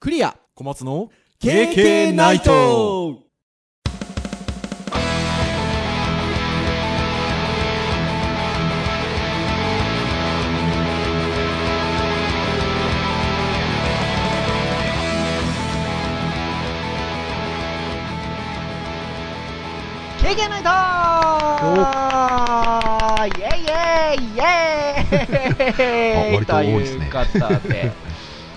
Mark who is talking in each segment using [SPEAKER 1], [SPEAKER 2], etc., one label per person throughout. [SPEAKER 1] クリア
[SPEAKER 2] 小松の
[SPEAKER 1] KK ナイト
[SPEAKER 3] 経験ナイトーイェイイェイイェイ
[SPEAKER 4] あ割と多いですね
[SPEAKER 3] というこ とで、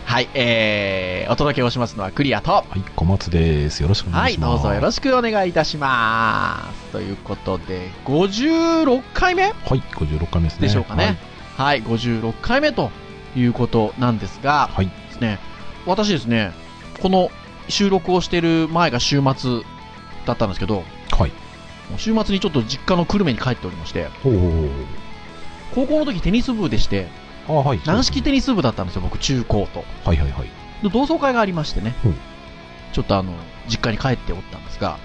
[SPEAKER 3] はい、えー、お届けをしますのはクリアと、
[SPEAKER 4] はい、小松です。よろしくお
[SPEAKER 3] は
[SPEAKER 4] 願い
[SPEAKER 3] い、
[SPEAKER 4] します。
[SPEAKER 3] どうぞよろしくお願いいたします。ということで、56回目
[SPEAKER 4] はい、56回目ですね。
[SPEAKER 3] でしょうかね。はい、56回目ということなんですが、
[SPEAKER 4] はい
[SPEAKER 3] ですね、私ですね、この収録をしている前が週末だったんですけど、
[SPEAKER 4] はい。はい。
[SPEAKER 3] 週末にちょっと実家の久留米に帰っておりまして、
[SPEAKER 4] おー
[SPEAKER 3] 高校の時テニス部でして、
[SPEAKER 4] あはい。
[SPEAKER 3] 軟式テ
[SPEAKER 4] に。
[SPEAKER 3] ニス部だったんですよ、僕、中高と。
[SPEAKER 4] はいはいはい。
[SPEAKER 3] で同窓会がありましてね
[SPEAKER 4] うん、
[SPEAKER 3] ちょっとあの、実家に帰っておったんですが、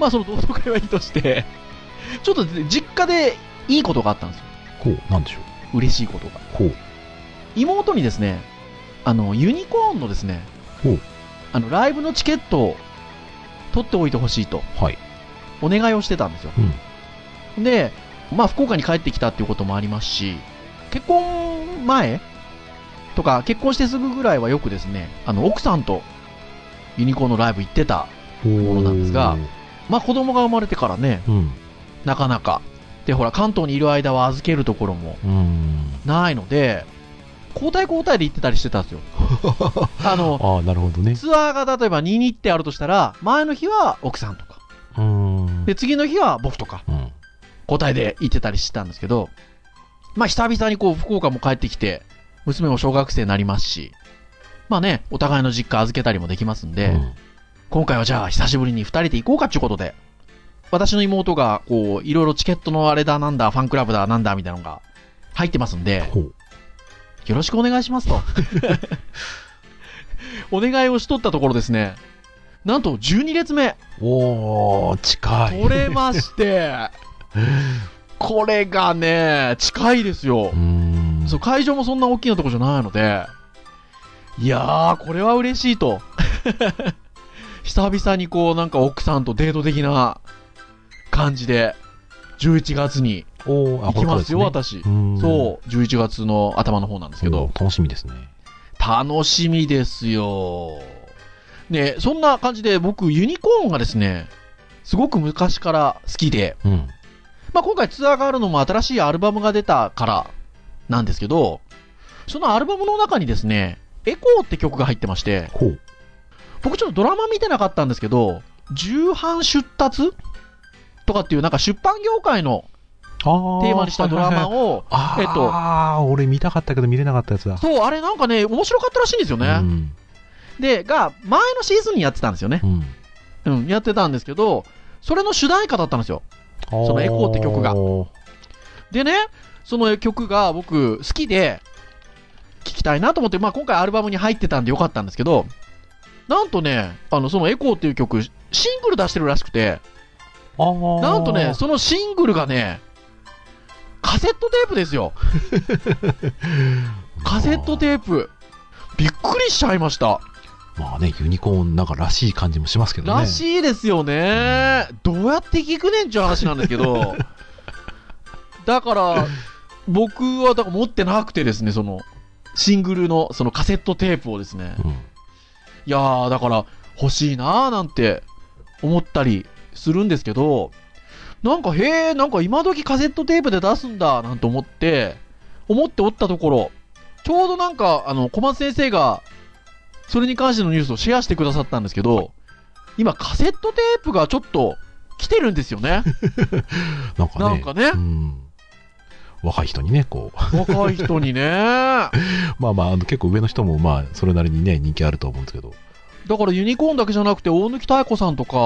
[SPEAKER 3] まあその同窓会はいいとして、 ちょっと実家でいいことがあったんですよ。
[SPEAKER 4] こう、なんでしょう。
[SPEAKER 3] 嬉しいことが。
[SPEAKER 4] こう。
[SPEAKER 3] 妹にですね、あの、ユニコーンのですね
[SPEAKER 4] ほう、
[SPEAKER 3] あの、ライブのチケットを取っておいてほしいと、
[SPEAKER 4] はい。
[SPEAKER 3] お願いをしてたんですよ。
[SPEAKER 4] うん。
[SPEAKER 3] で、まあ、福岡に帰ってきたっていうこともありますし、結婚前とか、結婚してすぐぐらいはよくですね、あの、奥さんとユニコーンのライブ行ってた。ものなんですがまあ、子供が生まれてからね、
[SPEAKER 4] うん。
[SPEAKER 3] なかなか。で、ほら、関東にいる間は預けるところも
[SPEAKER 4] うん。
[SPEAKER 3] ないので、交代交代で行ってたりしてたんで すよ。あの、
[SPEAKER 4] ああ、なるほどね。
[SPEAKER 3] ツアーが例えば2日ってあるとしたら、前の日は奥さんとか、
[SPEAKER 4] うーん。
[SPEAKER 3] で、次の日は僕とか、
[SPEAKER 4] うん。
[SPEAKER 3] 交代で行ってたりしてたんですけど、まあ久々にこう福岡も帰ってきて、娘も小学生になりますし、まあね、お互いの実家預けたりもできますんで、
[SPEAKER 4] うん
[SPEAKER 3] 今回はじゃあ久しぶりに二人で行こうかっていうことで、私の妹がこう、いろいろチケットのあれだなんだ、ファンクラブだなんだみたいなのが入ってますんで、
[SPEAKER 4] こう。
[SPEAKER 3] よろしくお願いします と。お願いをしとったところですね、なんと12列目、
[SPEAKER 4] おー、近い。
[SPEAKER 3] 取れま して、これがね、近いですよ
[SPEAKER 4] うー。ん。
[SPEAKER 3] そう、会場もそんな大きなとこじゃないので、いやー、これは嬉しいと。 久々にこう、なんか奥さんとデート的な感じで、11月に
[SPEAKER 4] おー、あ
[SPEAKER 3] 行きますよ、。
[SPEAKER 4] これからです
[SPEAKER 3] 私
[SPEAKER 4] ねう。ーん。
[SPEAKER 3] そう、11月の頭の方なんです
[SPEAKER 4] け
[SPEAKER 3] け
[SPEAKER 4] ど
[SPEAKER 3] ど、、
[SPEAKER 4] 楽しみですね。
[SPEAKER 3] 楽しみですよ。ね、そんな感じで僕、ユニコーンがですね、すごく昔から好きで、
[SPEAKER 4] うん。
[SPEAKER 3] まあ、今回ツアーがあるのも新しいアルバムが出たからなんですけど、そのアルバムの中にですね、エコーって曲が入ってまして、
[SPEAKER 4] こう。
[SPEAKER 3] 僕ちょっとドラマ見てなかったんですけど、重版出達とかっていうなんか出版業界の
[SPEAKER 4] ああ。
[SPEAKER 3] テーマにしたドラマ
[SPEAKER 4] を。
[SPEAKER 3] を、
[SPEAKER 4] あー
[SPEAKER 3] えっと
[SPEAKER 4] あー、俺見たかったけど見れなかったやつだ。
[SPEAKER 3] そう、あれなんかね、面白かったらしいんですよ
[SPEAKER 4] う
[SPEAKER 3] ね。
[SPEAKER 4] ん。
[SPEAKER 3] で、が、前のシーズンにやってたんですよね
[SPEAKER 4] う。ん。
[SPEAKER 3] うん、やってたんですけど、それの主題歌だったんですよ。
[SPEAKER 4] そ
[SPEAKER 3] のエコーって曲がでね、その曲が僕好きで、聴きたいなと思って、まあ今回アルバムに入ってたんでよかったんですけど、なんとね、あの、そのエコーっていう曲、シングル出してるらしくて、
[SPEAKER 4] あー
[SPEAKER 3] なんとね、そのシングルがね、カセットテープで すよ。カセットテープ。びっくりしちゃいました。
[SPEAKER 4] まあね、ユニコーンなんからしい感じもしますけどね。
[SPEAKER 3] らしいですよね、どうやって聞くねんっていう話なんですけ どだから僕はだから持ってなくてですねそのシングルのそのカセットテープをですね
[SPEAKER 4] うん。
[SPEAKER 3] いやーだから欲しいなーなんて思ったりするんですけどなんかへえなんか今時カセットテープで出すんだなんて思って思っておったところちょうどなんかあの小松先生がそれに関してのニュースをシェアしてくださったんですけど今カセットテープがちょっと来てるんですよね
[SPEAKER 4] なんかね。
[SPEAKER 3] なんかね
[SPEAKER 4] うん。若い人にね、こう。
[SPEAKER 3] 若い人にねだか
[SPEAKER 4] まあまあ、あの結構上の人も、まあ、それなりにね、人気あると思うんですけど。
[SPEAKER 3] らユニコーンだけじゃなくて大貫妙子さんとか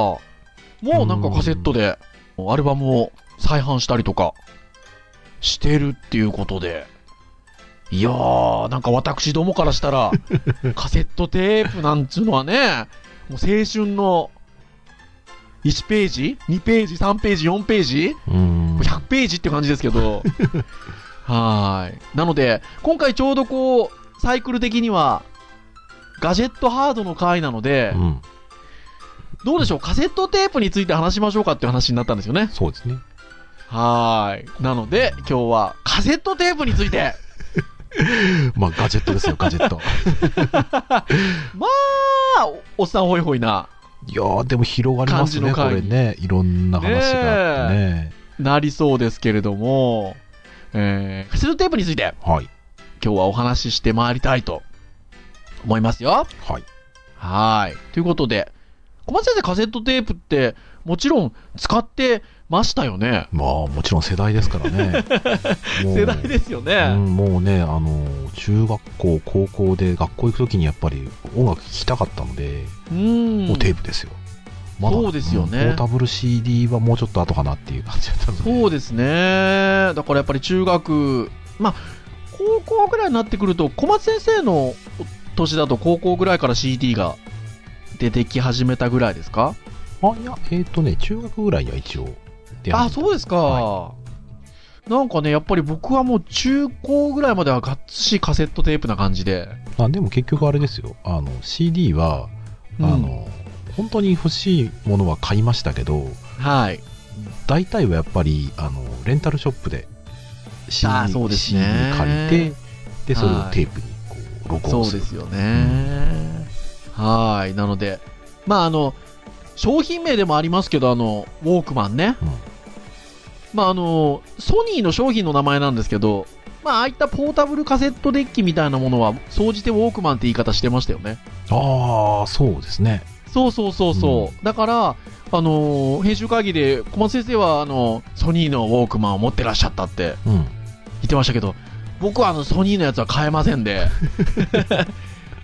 [SPEAKER 3] もなんかカセットでアルバムを再販したりとかしてるっていうことでいやーなんか私どもからしたらカセットテープなんつうのはねもう青春の1ページ2ページ3ページ4ページ
[SPEAKER 4] うん。
[SPEAKER 3] 100ページって感じですけど、 はーい。なので、今回ちょうどこう、サイクル的には、ガジェットハードの回なので、
[SPEAKER 4] うん。
[SPEAKER 3] どうでしょう、カセットテープについて話しましょうかっていう話になったんですよね。
[SPEAKER 4] そうですね。
[SPEAKER 3] はーい。なので、今日はカセットテープにつ いて。
[SPEAKER 4] まあ、ガジェットです よ、ガジェット。
[SPEAKER 3] まあ、おおっさんホイホイな、
[SPEAKER 4] いやー、でも広がりますね、
[SPEAKER 3] 感じの
[SPEAKER 4] こ
[SPEAKER 3] 会
[SPEAKER 4] れね。いろんな話があってね。
[SPEAKER 3] なりそうですけれども、えー、カセットテープについて、
[SPEAKER 4] はい。
[SPEAKER 3] 今日はお話ししてまいりたいと思いますよ。
[SPEAKER 4] はい。
[SPEAKER 3] はーい。ということで、小松先生、カセットテープって、もちろん使ってましたよね。
[SPEAKER 4] まあ、もちろん世代ですから ね。もう
[SPEAKER 3] 世代ですよね。
[SPEAKER 4] うん、もうね、あの、中学校、高校で学校行くときにやっぱり音楽聴きたかったので、
[SPEAKER 3] うん。
[SPEAKER 4] もうテープですよ。まだ
[SPEAKER 3] そうですよね
[SPEAKER 4] んポータブル CD はもうちょっと後かなっていう感じだったので。
[SPEAKER 3] そうですね。だからやっぱり中学、まあ、高校ぐらいになってくると、小松先生の年だと高校ぐらいから CD が出てき始めたぐらいですか
[SPEAKER 4] あ、いや、えっ、とね、中学ぐらいには一応出
[SPEAKER 3] あ、
[SPEAKER 4] 始めた
[SPEAKER 3] そうですか。
[SPEAKER 4] は
[SPEAKER 3] なんかね、やっぱり僕はもう中高ぐらいまではがっつしカセットテープな感じで。
[SPEAKER 4] あでも結局あれですよあの CD は、
[SPEAKER 3] うん
[SPEAKER 4] あの本当に欲しいものは買いましたけど
[SPEAKER 3] はい。
[SPEAKER 4] 大体はやっぱりあのレンタルショップで CD,
[SPEAKER 3] あーそうですね
[SPEAKER 4] CD 借りてでそれを
[SPEAKER 3] はい
[SPEAKER 4] テープにこう録
[SPEAKER 3] そ
[SPEAKER 4] 音
[SPEAKER 3] う
[SPEAKER 4] する
[SPEAKER 3] ですよね。はい。なので、まああの、商品名でもありますけど、あの、ウォークマンね。
[SPEAKER 4] うん
[SPEAKER 3] まああの、ソニーの商品の名前なんですけど、まあああいったポータブルカセットデッキみたいなものは、総じてウォークマンって言い方してましたよね。
[SPEAKER 4] ああそうですね
[SPEAKER 3] そうそうそうそう。
[SPEAKER 4] う
[SPEAKER 3] だから、あの編集会議で小松先生は、あの、ソニーのウォークマンを持ってらっしゃったって
[SPEAKER 4] うん
[SPEAKER 3] 言ってましたけど、僕はあの、ソニーのやつは買えません で、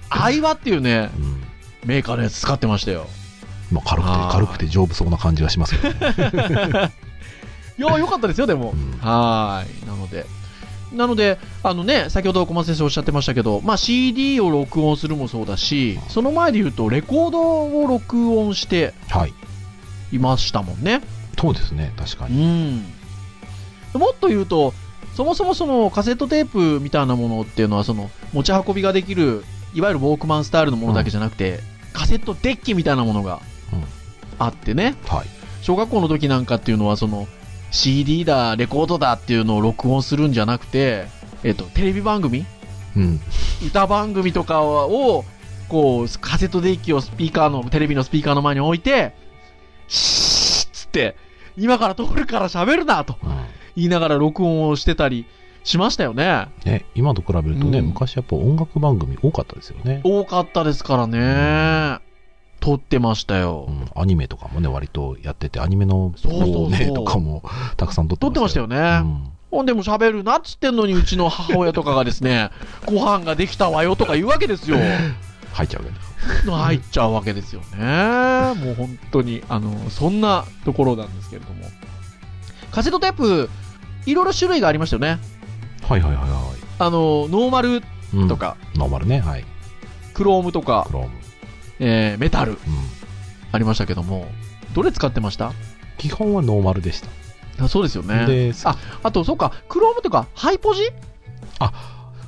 [SPEAKER 3] アイワっていうね、
[SPEAKER 4] うん
[SPEAKER 3] メーカーのやつ使ってましたよ。
[SPEAKER 4] まあ、軽くて
[SPEAKER 3] あー
[SPEAKER 4] 軽くて丈夫そうな感じがしますけど ね、
[SPEAKER 3] いや、良かったですよ、でも
[SPEAKER 4] う。ん
[SPEAKER 3] はーい。なので。なので、あのね、先ほど小松先生おっしゃってましたけど、まあ CD を録音するもそうだし、その前で言うとレコードを録音して
[SPEAKER 4] はい
[SPEAKER 3] いましたもんね。
[SPEAKER 4] そうですね確か
[SPEAKER 3] う
[SPEAKER 4] に
[SPEAKER 3] ん。もっと言うと、そもそもそのカセットテープみたいなものっていうのはその持ち運びができる、いわゆるウォークマンスタイルのものだけじゃなくて、カセットデッキみたいなものが
[SPEAKER 4] うん
[SPEAKER 3] あってね。
[SPEAKER 4] はい
[SPEAKER 3] 小学校の時なんかっていうのはその CD だレコードだっていうのを録音するんじゃなくて、えっとテレビ番組
[SPEAKER 4] うん
[SPEAKER 3] 歌番組とかをこうカセットデッキをスピーカーのテレビのスピーカーの前に置いてシーッつって今から通るから喋るなと
[SPEAKER 4] うん
[SPEAKER 3] 言いながら録音をしてたりしましたよね
[SPEAKER 4] ね、今と比べるとね、
[SPEAKER 3] うん
[SPEAKER 4] 昔やっぱ音楽番組多かったですよね、
[SPEAKER 3] 多かったですからね撮ってました
[SPEAKER 4] う
[SPEAKER 3] よ
[SPEAKER 4] ん、アニメとかもね割とやっててアニメの
[SPEAKER 3] そうそうそう
[SPEAKER 4] ねとかもたくさん撮って
[SPEAKER 3] 撮ってましたよね、ほんでも喋るなっつってんのに、うちの母親とかがですね、 ご飯ができたわよとか言うわけ ですよ。
[SPEAKER 4] うん、入っちゃうよね
[SPEAKER 3] 入っちゃうわけですよね。もう本当に、あの、そんなところなんですけれども。カセットテープ、いろいろ種類がありましたよね。
[SPEAKER 4] はいはいはいは
[SPEAKER 3] あの、ノーマル
[SPEAKER 4] い、うん
[SPEAKER 3] とか、
[SPEAKER 4] ノーマルねはい
[SPEAKER 3] クロームとか
[SPEAKER 4] ク、ローム、
[SPEAKER 3] えーメタル
[SPEAKER 4] うん、
[SPEAKER 3] ありましたけども、どれ使ってました
[SPEAKER 4] 基本はノーマルでした、
[SPEAKER 3] あそうですよね。
[SPEAKER 4] で
[SPEAKER 3] あ、あと、そうか、クロームとか、ハイポジ
[SPEAKER 4] あ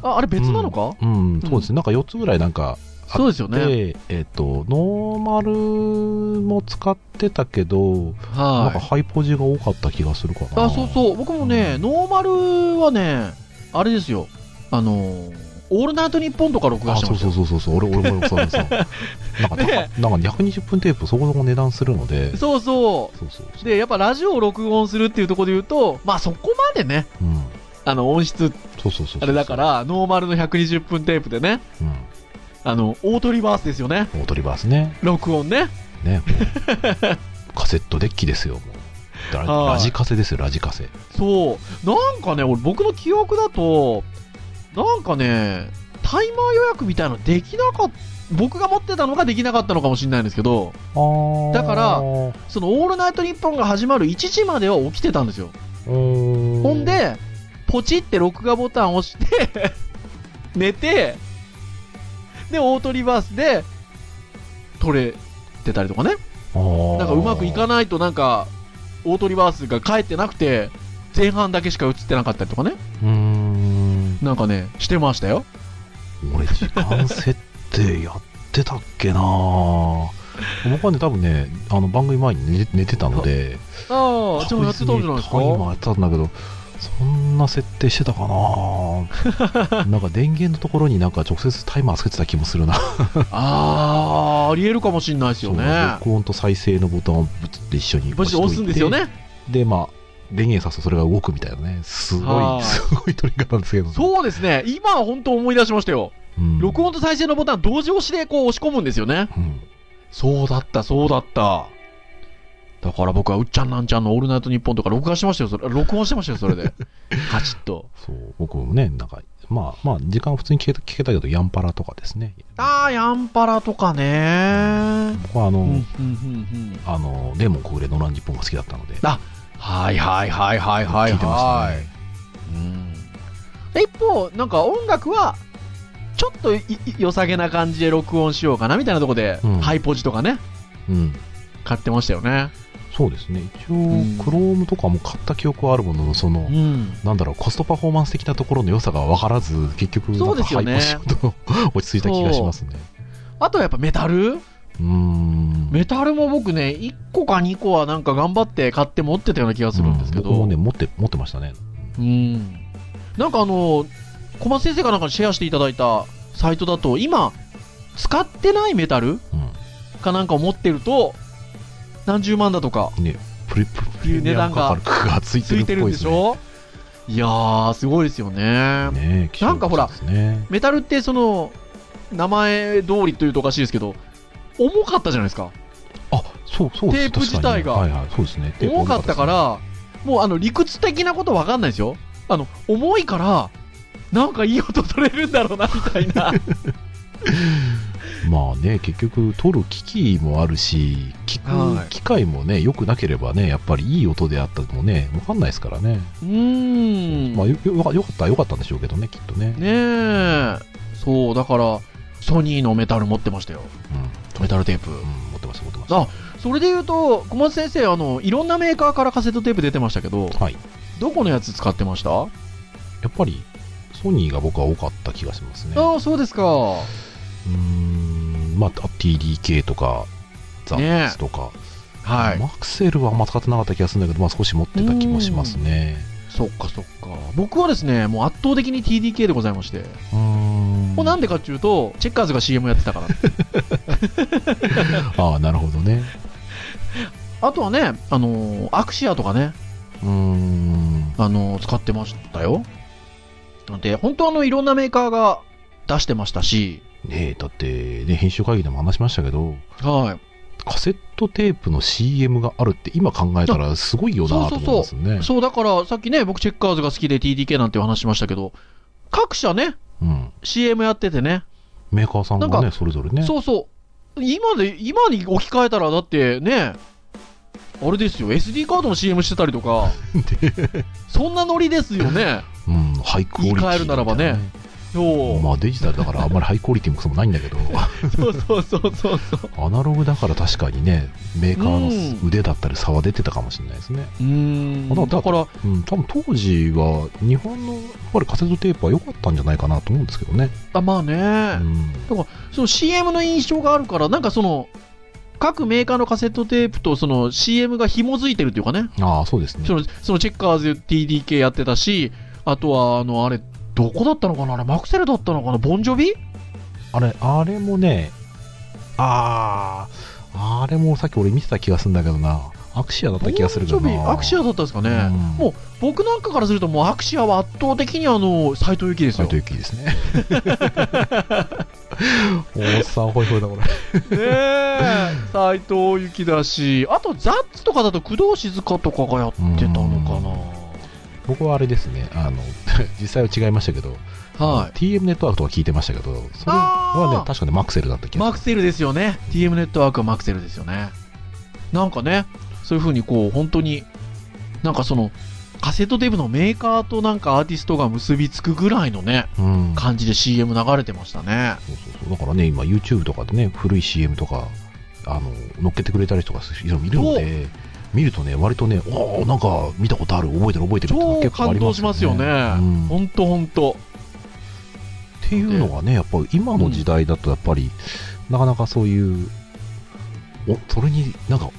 [SPEAKER 3] あ、あれ別なのか、
[SPEAKER 4] うん、そうですねなんか4つぐらいなんかあ
[SPEAKER 3] そうですよ
[SPEAKER 4] で、
[SPEAKER 3] ね。
[SPEAKER 4] えっ、とノーマルも使ってたけど、なん
[SPEAKER 3] は
[SPEAKER 4] か
[SPEAKER 3] い。
[SPEAKER 4] ハイポジが多かった気がするかな
[SPEAKER 3] あそうそう僕もね、
[SPEAKER 4] うん
[SPEAKER 3] ノーマルはねあれですよあのーオールナイトニッポン」とか録画
[SPEAKER 4] あ
[SPEAKER 3] して
[SPEAKER 4] そ
[SPEAKER 3] ま
[SPEAKER 4] う
[SPEAKER 3] した
[SPEAKER 4] そう
[SPEAKER 3] よ
[SPEAKER 4] そうそうそう俺俺もそうなん ですよなんかた
[SPEAKER 3] ね
[SPEAKER 4] なんか220分テープそこそこ値段するので
[SPEAKER 3] そうそ
[SPEAKER 4] そうそうそう
[SPEAKER 3] でやっぱラジオを録音するっていうところで言うとまあそこまでね
[SPEAKER 4] うん、
[SPEAKER 3] あの音質
[SPEAKER 4] そうそうそうそう
[SPEAKER 3] あれだか、らノーマルの120分テープでね
[SPEAKER 4] うん、
[SPEAKER 3] あのオートリバースですよね
[SPEAKER 4] オートリバースね
[SPEAKER 3] 録音ね
[SPEAKER 4] ねもうカセットデッキですよもうラ
[SPEAKER 3] はい
[SPEAKER 4] ラジカセですよラジカセ
[SPEAKER 3] そうなんかね俺僕の記憶だとなんかねタイマー予約みたいなのできなかった僕が持ってたのができなかったのかもしれないんですけどだから
[SPEAKER 4] ほ
[SPEAKER 3] その「オールナイトニッポン」が始まる1時までは起きてたんですよ、ほん
[SPEAKER 4] ん
[SPEAKER 3] でポチって録画ボタンを押して 寝てでオートリバースで撮れてたりとかねなんかうまくいか
[SPEAKER 4] な
[SPEAKER 3] ないとなんかオートリバースが返ってなくて前半だけしか映ってなかったりとかね
[SPEAKER 4] うーん
[SPEAKER 3] なんかねしてましたよ
[SPEAKER 4] 俺時間設定やっってたっけなぁ僕はね、多分ね、あの番組前に寝寝てたので、
[SPEAKER 3] ああ、でもやってたんじゃないですか
[SPEAKER 4] 確実に今やってたんだけど、そんな設定してたかな ぁなんか電源のところになんか直接タイマーつけてた気もするな。
[SPEAKER 3] ああ、ありえるかもしれないですよ
[SPEAKER 4] そ
[SPEAKER 3] ね。
[SPEAKER 4] う録音と再生のボタンをブツって一緒に
[SPEAKER 3] ポチッと押すんですよ。ね。
[SPEAKER 4] で、まあ、電源さすとそれが動くみたいなね。すご、
[SPEAKER 3] はいい
[SPEAKER 4] すごい取り方ですけど。
[SPEAKER 3] そうですね。今は本当思い出しましたよ。
[SPEAKER 4] うん
[SPEAKER 3] 録音と再生のボタン同時押しでこう押し込むんですよね。
[SPEAKER 4] うん
[SPEAKER 3] そうだった、そうだった。だから僕はうっちゃんなんちゃんのオールナイトニッポンとか録画してましたよ。それ録音してましたよ、そ れで。カチッと。
[SPEAKER 4] そう僕もね、なんか、まあ、まあ、時間は普通に聞けた聞けたけど、ヤンパラとかですね。
[SPEAKER 3] ああ、ヤンパラとかね。
[SPEAKER 4] 僕はあの、
[SPEAKER 3] うん、うん、うん、うん。
[SPEAKER 4] あの、レモン小暮のランジッポンが好きだったので、
[SPEAKER 3] はいはいはいはいはい
[SPEAKER 4] 聞いてました
[SPEAKER 3] はい
[SPEAKER 4] ね。。
[SPEAKER 3] うんで一方、なんか音楽は、ちょっといい良さげな感じで録音しようかなみたいなとこで、
[SPEAKER 4] うん
[SPEAKER 3] ハイポジとかね、
[SPEAKER 4] うん。
[SPEAKER 3] 買ってましたよね。
[SPEAKER 4] そうですね。一応、
[SPEAKER 3] ん
[SPEAKER 4] クロームとかも買った記憶はあるものの、その、
[SPEAKER 3] ん。
[SPEAKER 4] なんだろう、コストパフォーマンス的なところの良さが分からず、結局、
[SPEAKER 3] そうですよね
[SPEAKER 4] なんか配布しようと 落ち着いた気がしますね。
[SPEAKER 3] あとはやっぱメタル
[SPEAKER 4] うーん。
[SPEAKER 3] メタルも僕ね、1個か2個はなんか頑張って買って持ってたような気がするんですけど。
[SPEAKER 4] うん僕もね、持って、持ってましたね。
[SPEAKER 3] うん。なんかあの、小松先生がなんかシェアしていただいたサイトだと、今、使ってないメタル
[SPEAKER 4] う
[SPEAKER 3] かなんかを持ってると、何十万だとか、
[SPEAKER 4] ん。ね、プリ、プリ、プ
[SPEAKER 3] い
[SPEAKER 4] リ
[SPEAKER 3] う値
[SPEAKER 4] ミア
[SPEAKER 3] 段
[SPEAKER 4] ム価
[SPEAKER 3] が
[SPEAKER 4] 格がつい
[SPEAKER 3] つ
[SPEAKER 4] てる
[SPEAKER 3] い
[SPEAKER 4] っぽ
[SPEAKER 3] て
[SPEAKER 4] い
[SPEAKER 3] るん
[SPEAKER 4] で
[SPEAKER 3] ですし
[SPEAKER 4] ね。
[SPEAKER 3] ょいやー、すごいですよね。
[SPEAKER 4] ねえ
[SPEAKER 3] なんかほら、
[SPEAKER 4] 貴重ですね
[SPEAKER 3] メタルってその、名前通りというとおかしいですけど、重かったじゃないですか。
[SPEAKER 4] あそうそうです
[SPEAKER 3] テープ自体が
[SPEAKER 4] 確にはいはいそうですねテープ
[SPEAKER 3] 重かったから、もうあの、理屈的なことわかんないですよ。あの、重いから、なんかいい音取れるんだろうな、みたい な。
[SPEAKER 4] まあね結局撮る機器もあるし聞
[SPEAKER 3] は
[SPEAKER 4] く
[SPEAKER 3] い
[SPEAKER 4] 機械もね良くなければねやっぱりいい音であったのもね分かんないですからね、
[SPEAKER 3] うーん。
[SPEAKER 4] まあよよよかったよかったんでしょうけどねきっとね
[SPEAKER 3] ねえ。そう、だから、ソニーのメタル持ってましたよ。メタルテープ。
[SPEAKER 4] うん、うん、持ってました持ってまし
[SPEAKER 3] あそれで言うと、小松先生、あの、いろんなメーカーからカセットテープ出てましたけど、
[SPEAKER 4] たはい
[SPEAKER 3] どこのやつ使ってました、
[SPEAKER 4] やっぱりソニーが僕は多かった気がしますね
[SPEAKER 3] ああ、そうですか。
[SPEAKER 4] うーんまああ TDK とかザッツとか、
[SPEAKER 3] はい。
[SPEAKER 4] マクセルはあんま使ってなかった気がするんだけど、まあ、少し持ってた気もしますね
[SPEAKER 3] そっかそっか。僕はですね、もう圧倒的に TDK でございまして。
[SPEAKER 4] うーん
[SPEAKER 3] もうなんでかっていうと、チェッカーズが CM やってたから。
[SPEAKER 4] ああなるほどね
[SPEAKER 3] あとはね、あのーアクシアとかね、
[SPEAKER 4] うーん
[SPEAKER 3] あのー使ってましたよ。で、本当あの、いろんなメーカーが出してましたし、
[SPEAKER 4] ねえだって、ね、編集会議でも話しましたけど
[SPEAKER 3] はい。
[SPEAKER 4] カセットテープの CM があるって今考えたらすごいよなと
[SPEAKER 3] そう
[SPEAKER 4] 思い
[SPEAKER 3] そ
[SPEAKER 4] ま
[SPEAKER 3] う
[SPEAKER 4] すね
[SPEAKER 3] そう、だから、さっきね、僕、チェッカーズが好きで TDK なんていう話しましたけど、各社ね、
[SPEAKER 4] うん、
[SPEAKER 3] CM やっててね、
[SPEAKER 4] メーカーさんが
[SPEAKER 3] な
[SPEAKER 4] ね
[SPEAKER 3] ん
[SPEAKER 4] それぞれね
[SPEAKER 3] そうそう、今で、今に置き換えたら、だってね、あれですよ、SD カードの CM してたりとか、そんなノリですよね、
[SPEAKER 4] うん、ハイクオリティみたい
[SPEAKER 3] 言い換えるならばねそう
[SPEAKER 4] まあデジタルだからあんまりハイクオリティもクソもないんだ けど
[SPEAKER 3] そうそうそうそうそう。
[SPEAKER 4] アナログだから確かにねメーカー
[SPEAKER 3] う
[SPEAKER 4] の腕だったり差は出てたかもしれないですね、
[SPEAKER 3] うーん
[SPEAKER 4] あだ
[SPEAKER 3] だから、
[SPEAKER 4] うん、多分当時は日本のやっぱりカセットテープは良かったんじゃないかなと思うんですけどね、
[SPEAKER 3] あまあ
[SPEAKER 4] う
[SPEAKER 3] ね、
[SPEAKER 4] ん、
[SPEAKER 3] その CM の印象があるから、なんかその、各メーカーのカセットテープとその CM が紐づいてるっていうかね、
[SPEAKER 4] ああそうですね
[SPEAKER 3] そのそのチェッカーズ TDK やってたし、あとは、あの、あれ、どこだったのかなあれ、マクセルだったのかなボンジョビ
[SPEAKER 4] あれ、あれもね、ああ、あれもさっき俺見てた気がするんだけどな、アクシアだった気がするけど
[SPEAKER 3] ボンジョビ
[SPEAKER 4] な。
[SPEAKER 3] アクシアだったんですかね、
[SPEAKER 4] うん
[SPEAKER 3] もう僕なんかからすると、もうアクシアは圧倒的にあの、斎藤由貴です
[SPEAKER 4] 斎
[SPEAKER 3] よ。
[SPEAKER 4] 藤由貴です ね。おっさん、ほいほいだ、これ。
[SPEAKER 3] ねえ斎藤由貴だし、あとザッツとかだと工藤静香とかがやってたの
[SPEAKER 4] 僕はあれですね、あの、 実際は違いましたけど、
[SPEAKER 3] かな。はい。
[SPEAKER 4] TM ネットワークとか聞いてましたけど、それは
[SPEAKER 3] あ
[SPEAKER 4] ね、
[SPEAKER 3] ー
[SPEAKER 4] 確かにマクセルだった気が
[SPEAKER 3] マクセルですよね。TM ネットワークはマクセルですよね。なんかね、そういうふうにこう、本当に、なんかその、カセットテープのメーカーとなんかアーティストが結びつくぐらいのね、
[SPEAKER 4] する。うん。
[SPEAKER 3] 感じで CM 流れてましたね。
[SPEAKER 4] そうそうそう。だからね、今 YouTube とかでね、古い CM とか、あの、乗っけてくれたりとかする人もいるので、見るとね、割とね、おおなんか見たことある、覚えてる覚えてるってのが
[SPEAKER 3] 超
[SPEAKER 4] 結構あ
[SPEAKER 3] 感
[SPEAKER 4] り
[SPEAKER 3] 動
[SPEAKER 4] ま
[SPEAKER 3] し
[SPEAKER 4] す
[SPEAKER 3] ますよ
[SPEAKER 4] う
[SPEAKER 3] ね。
[SPEAKER 4] ん
[SPEAKER 3] ほんとほんと。
[SPEAKER 4] テっていうのがね、やっぱ今の時代だと、やっぱり、なかなかそういう、おそれになんか、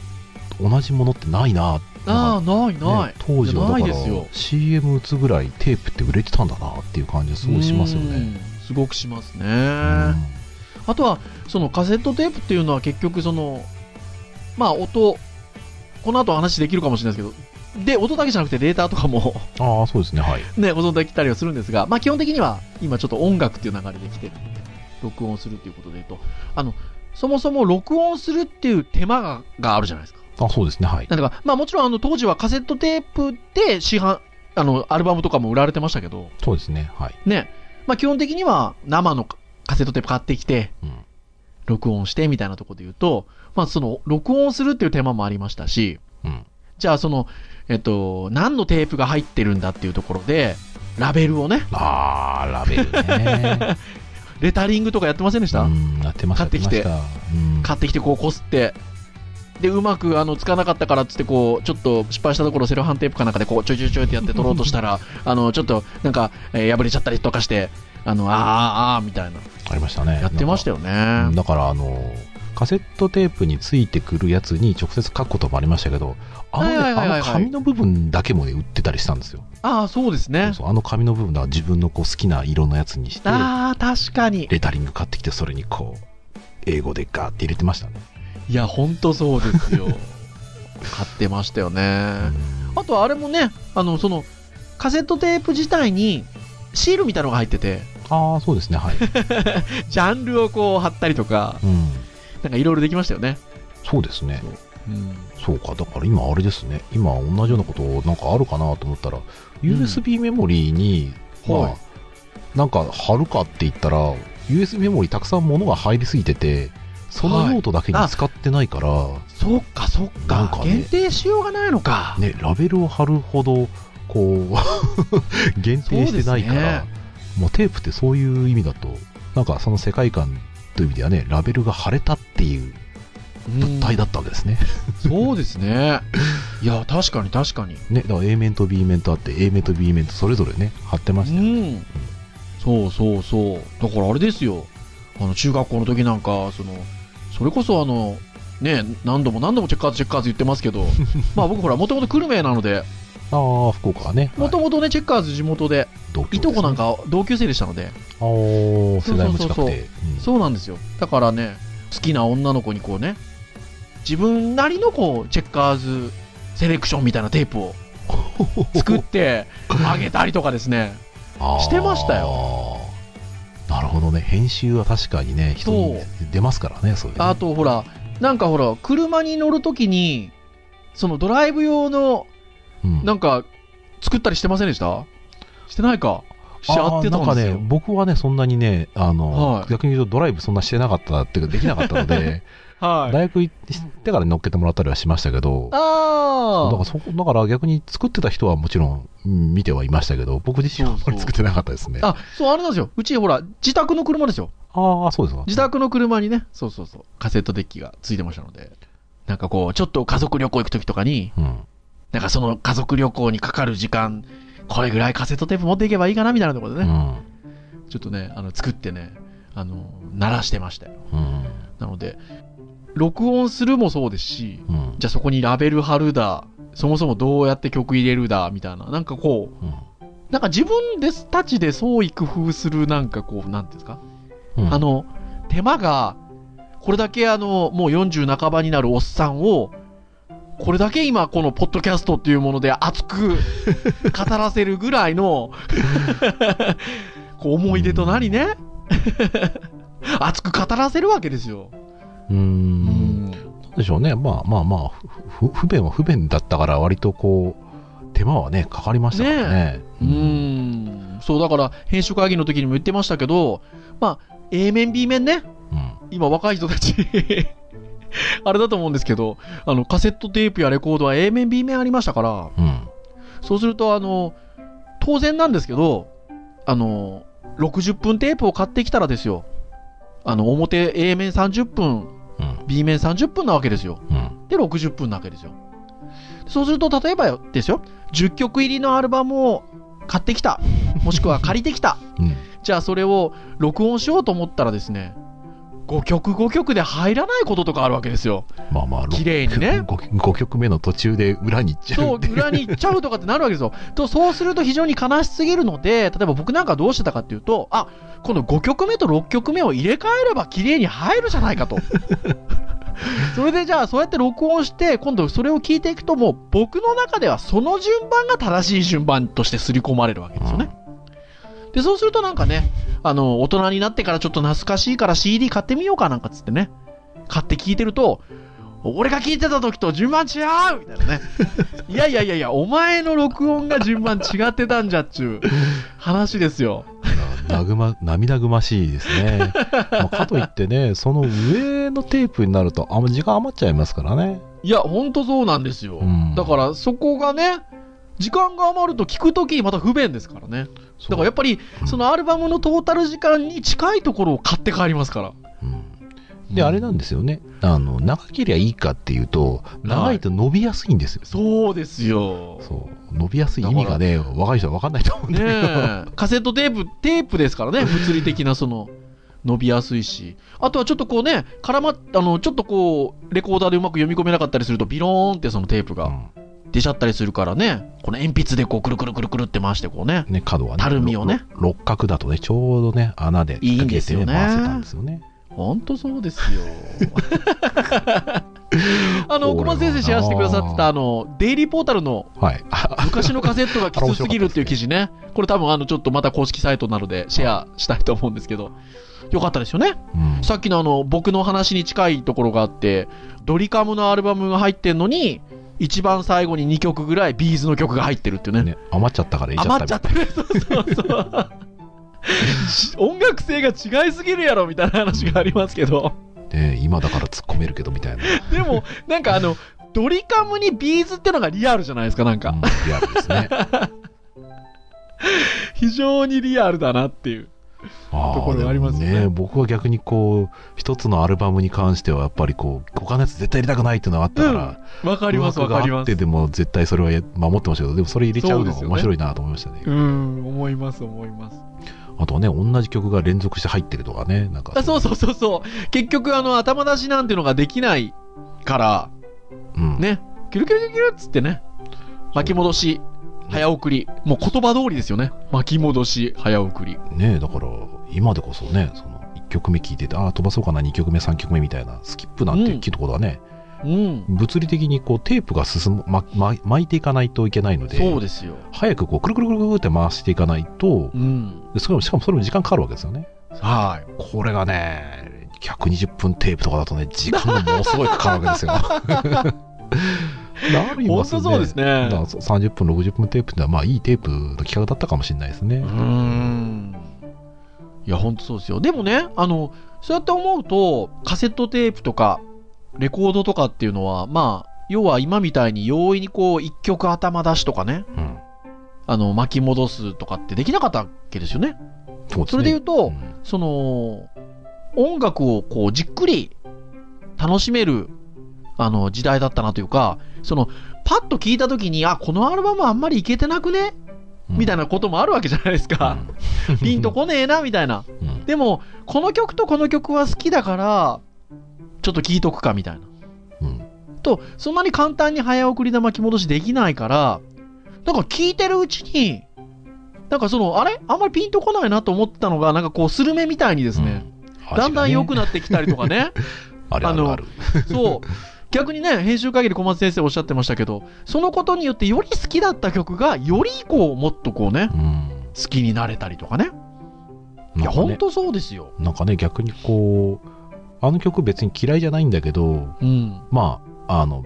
[SPEAKER 4] 同じものってないな、
[SPEAKER 3] ああない
[SPEAKER 4] ね
[SPEAKER 3] ない、
[SPEAKER 4] 当時はだ
[SPEAKER 3] い
[SPEAKER 4] か
[SPEAKER 3] や
[SPEAKER 4] ら
[SPEAKER 3] ないですよ
[SPEAKER 4] CM 打つぐらいテープって売れてたんだなっていう感じがすごいしますよね。
[SPEAKER 3] うんすごくしますね、
[SPEAKER 4] うん
[SPEAKER 3] あとはそのカセットテープっていうのは結局そのまあ音この後話できるかもしれないですけどで音だけじゃなくてデータとかも
[SPEAKER 4] ああ、そうですね、はい。
[SPEAKER 3] ね保存できたりはするんですがまあ基本的には今ちょっと音楽っていう流れで来てるんで録音するっていうことで言うとあのそもそも録音するっていう手間ががあるじゃないですか
[SPEAKER 4] あそうですね、はい。
[SPEAKER 3] なんだかまあもちろんあの当時はカセットテープで市販あのアルバムとかも売られてましたけど
[SPEAKER 4] そうですね、はい。
[SPEAKER 3] ね、まあ、基本的には生のカセットテープ買ってきて、
[SPEAKER 4] うん
[SPEAKER 3] 録音してみたいなところで言うと、まあ、その、録音するっていう手間もありましたし、
[SPEAKER 4] うん。
[SPEAKER 3] じゃあその、えっと、何のテープが入ってるんだっていうところで、ラベルをね、
[SPEAKER 4] ああ、ラベル ね。
[SPEAKER 3] レタリングとかやってませんでした、
[SPEAKER 4] うん、やってました、
[SPEAKER 3] 買ってきて
[SPEAKER 4] やましたうん
[SPEAKER 3] 買ってきてこうこすって、で、うまくあのつかなかったからっつってこう、ちょっと失敗したところ、セロハンテープかなんかでこう、ちょいちょいちょいってやって取ろうとしたら、あの、ちょっとなんか、えー破れちゃったりとかして、あの、あーあーあーみたいな、
[SPEAKER 4] ありましたね。
[SPEAKER 3] やってました
[SPEAKER 4] よ。
[SPEAKER 3] よね。
[SPEAKER 4] うんだから、あの、カセットテープについてくるやつに直接書くこともありましたけど、あのね
[SPEAKER 3] はいはいはいはい
[SPEAKER 4] あの紙の部分だけもね、売ってたりしたんですよ。
[SPEAKER 3] ああ、そうですね。
[SPEAKER 4] そうそうあの紙の部分は自分のこう好きな色のやつにして、
[SPEAKER 3] ああ、確かに。
[SPEAKER 4] レタリング買ってきて、それにこう、英語でガーって入れてましたね。
[SPEAKER 3] いや、ほんとそうです よ。買ってましたよね。あ
[SPEAKER 4] うん
[SPEAKER 3] と、あれもね、あの、その、カセットテープ自体に、シールみたいのが入ってて、
[SPEAKER 4] ああ、そうですね、はい。
[SPEAKER 3] ジャンルをこう貼ったりとか、
[SPEAKER 4] うん。
[SPEAKER 3] なんかいろいろできましたよね。
[SPEAKER 4] そうですね。
[SPEAKER 3] うん。
[SPEAKER 4] そうか、だから今あれですね、今同じようなことなんかあるかなと思ったら、USB メモリーに、まあ、
[SPEAKER 3] はい
[SPEAKER 4] なんか貼るかって言ったら、USB メモリーたくさん物が入りすぎてて、その用途だけ
[SPEAKER 3] はい
[SPEAKER 4] に
[SPEAKER 3] あ
[SPEAKER 4] 使ってないから、
[SPEAKER 3] そっか、そっ
[SPEAKER 4] なん
[SPEAKER 3] か
[SPEAKER 4] か。ね
[SPEAKER 3] 限定しようがないのか。
[SPEAKER 4] ね、ラベルを貼るほど、こ う、限定してないから、
[SPEAKER 3] そう
[SPEAKER 4] もうテープってそういう意味だと、なんかその世界観という意味ではね、ラベルが貼れたっていう物体だったわけですね。
[SPEAKER 3] うんそうです ね。いや、確かに確かに。
[SPEAKER 4] ね、だから A 面と B 面とあって、A 面と B 面とそれぞれね、貼ってましたよね。
[SPEAKER 3] うん、そうそうそうだからあれですよあの中学校の時なんかそのそれこそあのね何度も何度もチェッカーズチェッカーズ言ってます けどまあ僕ほらもともと久留米なので
[SPEAKER 4] ああ、福岡はね。
[SPEAKER 3] もと
[SPEAKER 4] はい
[SPEAKER 3] もとねチェッカーズ地元で
[SPEAKER 4] 同居です
[SPEAKER 3] い
[SPEAKER 4] ね
[SPEAKER 3] とこなん。か同級生でしたの
[SPEAKER 4] あ
[SPEAKER 3] で
[SPEAKER 4] あ、世代も近
[SPEAKER 3] そうそうそう
[SPEAKER 4] くて。うん
[SPEAKER 3] そうなんですよだからね好きな女の子にこうね自分なりのこうチェッカーズセレクションみたいなテープを作ってあげたりとかですね
[SPEAKER 4] あー
[SPEAKER 3] してましたよ。
[SPEAKER 4] なるほどね。編集は確かにね、人に
[SPEAKER 3] そ
[SPEAKER 4] 出ますからね、そういうのね、
[SPEAKER 3] あとほら、なんかほら、車に乗るときに、そのドライブ用の、
[SPEAKER 4] うん
[SPEAKER 3] なんか、作ったりしてませんでしたしてないか。し
[SPEAKER 4] あ
[SPEAKER 3] 合ってた
[SPEAKER 4] ーなんん
[SPEAKER 3] です
[SPEAKER 4] か
[SPEAKER 3] よ。
[SPEAKER 4] ね、僕はね、そんなにね、あの、
[SPEAKER 3] はい
[SPEAKER 4] 逆に言うとドライブそんなしてなかったっていうか、できなかったので、
[SPEAKER 3] はい。
[SPEAKER 4] 大学行ってから乗っけてもらったりはしましたけど、だ
[SPEAKER 3] あ
[SPEAKER 4] から
[SPEAKER 3] あ。
[SPEAKER 4] そこだから逆に作ってた人はもちろんうん見てはいましたけど、僕自身はあんまり作ってなかったですね。
[SPEAKER 3] あ、そう、あれなんですよ。うち、ほら、自宅の車ですよ。
[SPEAKER 4] ああ、そうですか。
[SPEAKER 3] 自宅の車にね、そうそうそう、カセットデッキがついてましたので、なんかこう、ちょっと家族旅行行くときとかに、
[SPEAKER 4] うん。
[SPEAKER 3] なんかその家族旅行にかかる時間、これぐらいカセットテープ持っていけばいいかなみたいなところで
[SPEAKER 4] う
[SPEAKER 3] ね、
[SPEAKER 4] ん。
[SPEAKER 3] ちょっとね、あの、作ってね、あの、鳴らしてましたよ。
[SPEAKER 4] うん。
[SPEAKER 3] なので、録音するもそうですし、
[SPEAKER 4] うん。
[SPEAKER 3] じゃあそこにラベル貼るだ、そもそもどうやって曲入れるだ、みたいな、なんかこう、
[SPEAKER 4] うん
[SPEAKER 3] なんか自分ですたちで創意工夫する、なんかこう、なんていうんですか、
[SPEAKER 4] うん
[SPEAKER 3] あの、手間が、これだけあの、もう40半ばになるおっさんを、これだけ今、このポッドキャストっていうもので熱く語らせるぐらい の、こう思い出となりね、熱く語らせるわけですよ。
[SPEAKER 4] うーん。なんでしょうね。まあまあまあ、ふふ不便は不便だったから、割とこう、手間はね、かかりましたからね。
[SPEAKER 3] うーん、そうだから編集会議の時にも言ってましたけど、まあ、A 面、B 面ね、
[SPEAKER 4] うん。
[SPEAKER 3] 今、若い人たち、 あれだと思うんですけど、あのカセットテープやレコードは A 面、B 面ありましたから、
[SPEAKER 4] うん。
[SPEAKER 3] そうすると、あの当然なんですけど、あの60分テープを買ってきたらですよ、あの表 A 面30分、
[SPEAKER 4] うん。
[SPEAKER 3] B 面30分なわけですよ。
[SPEAKER 4] うん。
[SPEAKER 3] で、60分なわけですよ。そうすると、例えばよですよ、10曲入りのアルバムを買ってきた、もしくは借りてきた、
[SPEAKER 4] うん。
[SPEAKER 3] じゃあそれを録音しようと思ったらですね5曲5曲で入らないこととかあるわけですよ
[SPEAKER 4] まあまあ、
[SPEAKER 3] 綺麗にね
[SPEAKER 4] 5, 曲目の途中で裏に行っちゃ
[SPEAKER 3] そうう
[SPEAKER 4] っていう
[SPEAKER 3] 裏に行っちゃうとかってなるわけですよとそうすると非常に悲しすぎるので例えば僕なんかどうしてたかっていうとあこの5曲目と6曲目を入れ替えれば綺麗に入るじゃないかとそれでじゃあそうやって録音して今度それを聞いていくともう僕の中ではその順番が正しい順番として刷り込まれるわけですよね、でそうするとなんかねあの大人になってからちょっと懐かしいから CD 買ってみようかなんかっつってね買って聞いてると俺が聞いてた時と順番違うみた いなねいやいやいやいやお前の録音が順番違ってたんじゃっちゅう話ですよ
[SPEAKER 4] なぐま涙ぐましいですね、まあ、かといってねその上のテープになるとあんま時間余っちゃいますからね
[SPEAKER 3] いやほんとそうなんですよ、
[SPEAKER 4] うん
[SPEAKER 3] だからそこがね時間が余ると聞く時また不便ですからね
[SPEAKER 4] そう
[SPEAKER 3] だからやっぱり
[SPEAKER 4] うん
[SPEAKER 3] そのアルバムのトータル時間に近いところを買って帰りますから
[SPEAKER 4] うんで、あれなんですよねあの長けりゃいいかっていうと長いと伸びやすいんですよ、
[SPEAKER 3] そうですよ
[SPEAKER 4] そう伸びやすい意味がね若い人は分かんないと思うんだ
[SPEAKER 3] ね
[SPEAKER 4] けど、
[SPEAKER 3] え カセットテープテープですから ね物理的なその伸びやすいしあとはちょっとこうね絡まっあのちょっとこうレコーダーでうまく読み込めなかったりするとビローンってそのテープ
[SPEAKER 4] う
[SPEAKER 3] が出ちゃったりするからねこの鉛筆でこうくるくるくるくるって回してこうね
[SPEAKER 4] んね角はね
[SPEAKER 3] たるみをね
[SPEAKER 4] ろろ六角だとねちょうどね穴で引っ掛けて、
[SPEAKER 3] いいんですよね
[SPEAKER 4] 回せたんですよね
[SPEAKER 3] ほんとそうですよ あの
[SPEAKER 4] こ
[SPEAKER 3] 小
[SPEAKER 4] れは
[SPEAKER 3] 松先生シェアしてくださってたあのデイリーポータルの
[SPEAKER 4] はいあ
[SPEAKER 3] 昔のカセットがきつすぎるっていう記事ねこれ多分あのちょっとまた公式サイトなのでシェアしたいと思うんですけどよかったですよね
[SPEAKER 4] うん
[SPEAKER 3] さっきのあの僕の話に近いところがあってドリカムのアルバムが入ってんのに一番最後に2曲ぐらいビーズの曲が入ってるっていうね
[SPEAKER 4] ね、余っちゃったから入れちゃった
[SPEAKER 3] 余っ
[SPEAKER 4] み
[SPEAKER 3] ち
[SPEAKER 4] た
[SPEAKER 3] ゃ
[SPEAKER 4] い
[SPEAKER 3] ってるそうそうそうし音楽性が違いすぎるやろみたいな話がありますけど
[SPEAKER 4] ね今だから突っ込めるけどみたいな、
[SPEAKER 3] でもなんかあのドリカムにビーズってのがリアルじゃないですかなん
[SPEAKER 4] う
[SPEAKER 3] か
[SPEAKER 4] ん、リアルです ね
[SPEAKER 3] 非常にリアルだなっていう
[SPEAKER 4] あー
[SPEAKER 3] ところがありますよね
[SPEAKER 4] でも僕は逆にこう一つのアルバムに関してはやっぱりこう他のやつ絶対入れたくないっていうのがあったから、
[SPEAKER 3] わかりますわ
[SPEAKER 4] 空白が
[SPEAKER 3] かり
[SPEAKER 4] あ
[SPEAKER 3] ま
[SPEAKER 4] って
[SPEAKER 3] す
[SPEAKER 4] でも絶対それはや守ってましたけどでもそれ入れちゃうのが面白いなと思いましたね
[SPEAKER 3] うん思います思います
[SPEAKER 4] あとはね同じ曲が連続して入ってるとかねなんか
[SPEAKER 3] あそうそうそうそう結局あの頭出しなんていうのができないから
[SPEAKER 4] うん
[SPEAKER 3] ねキュルキュルキュルキュルっつってね巻き戻し早送りもう言葉通りですよね巻き戻し早送り
[SPEAKER 4] ねだから今でこそねその1曲目聴いててああ飛ばそうかな2曲目3曲目みたいなスキップなんて
[SPEAKER 3] うん
[SPEAKER 4] 聞いたことはね、
[SPEAKER 3] うん
[SPEAKER 4] 物理的にこうテープが進む、まま巻いていかないといけないので
[SPEAKER 3] そうですよ
[SPEAKER 4] 早くこうくるくるくるくるって回していかないと
[SPEAKER 3] うん
[SPEAKER 4] でそれもしかもそれも時間かかるわけですよね
[SPEAKER 3] はい
[SPEAKER 4] これがね120分テープとかだとね時間がものすごいかかるわけ ですよ。なる
[SPEAKER 3] 本当そうですね
[SPEAKER 4] だからそ30分60分テープってのはまあいいテープの企画だったかもしれないですね。
[SPEAKER 3] うーんいや本当そうですよでもねあのそうやって思うとカセットテープとかレコードとかっていうのはまあ要は今みたいに容易にこう一曲頭出しとかね
[SPEAKER 4] うん
[SPEAKER 3] あの巻き戻すとかってできなかったわけですよね
[SPEAKER 4] そう
[SPEAKER 3] それで言うと、
[SPEAKER 4] ん
[SPEAKER 3] その音楽をこうじっくり楽しめるあの時代だったなというかそのパッと聞いた時にあこのアルバムあんまりいけてなくねみたいなこともあるわけじゃないですか、
[SPEAKER 4] うん
[SPEAKER 3] ピンとこねえなみたいな
[SPEAKER 4] うん
[SPEAKER 3] でもこの曲とこの曲は好きだからちょっと聴いとくかみたいな
[SPEAKER 4] うん
[SPEAKER 3] とそんなに簡単に早送りで巻き戻しできないからなんか聴いてるうちになんかそのあれあんまりピンとこないなと思ったのがなんかこうスルメみたいにですね、
[SPEAKER 4] うん
[SPEAKER 3] だんだん良く
[SPEAKER 4] な
[SPEAKER 3] なってきたりとか ね、
[SPEAKER 4] あるあるある
[SPEAKER 3] そう、逆にね、編集会議で小松先生おっしゃってましたけど、そのことによってより好きだった曲が、よりこう、もっとこうね、
[SPEAKER 4] うん
[SPEAKER 3] 好きになれたりとかね。い
[SPEAKER 4] な
[SPEAKER 3] や、
[SPEAKER 4] んか
[SPEAKER 3] ほ
[SPEAKER 4] ね
[SPEAKER 3] んとそうですよ。
[SPEAKER 4] なんかね逆にこうあの曲別に嫌いじゃないんだけど
[SPEAKER 3] うん。
[SPEAKER 4] まあ、あの、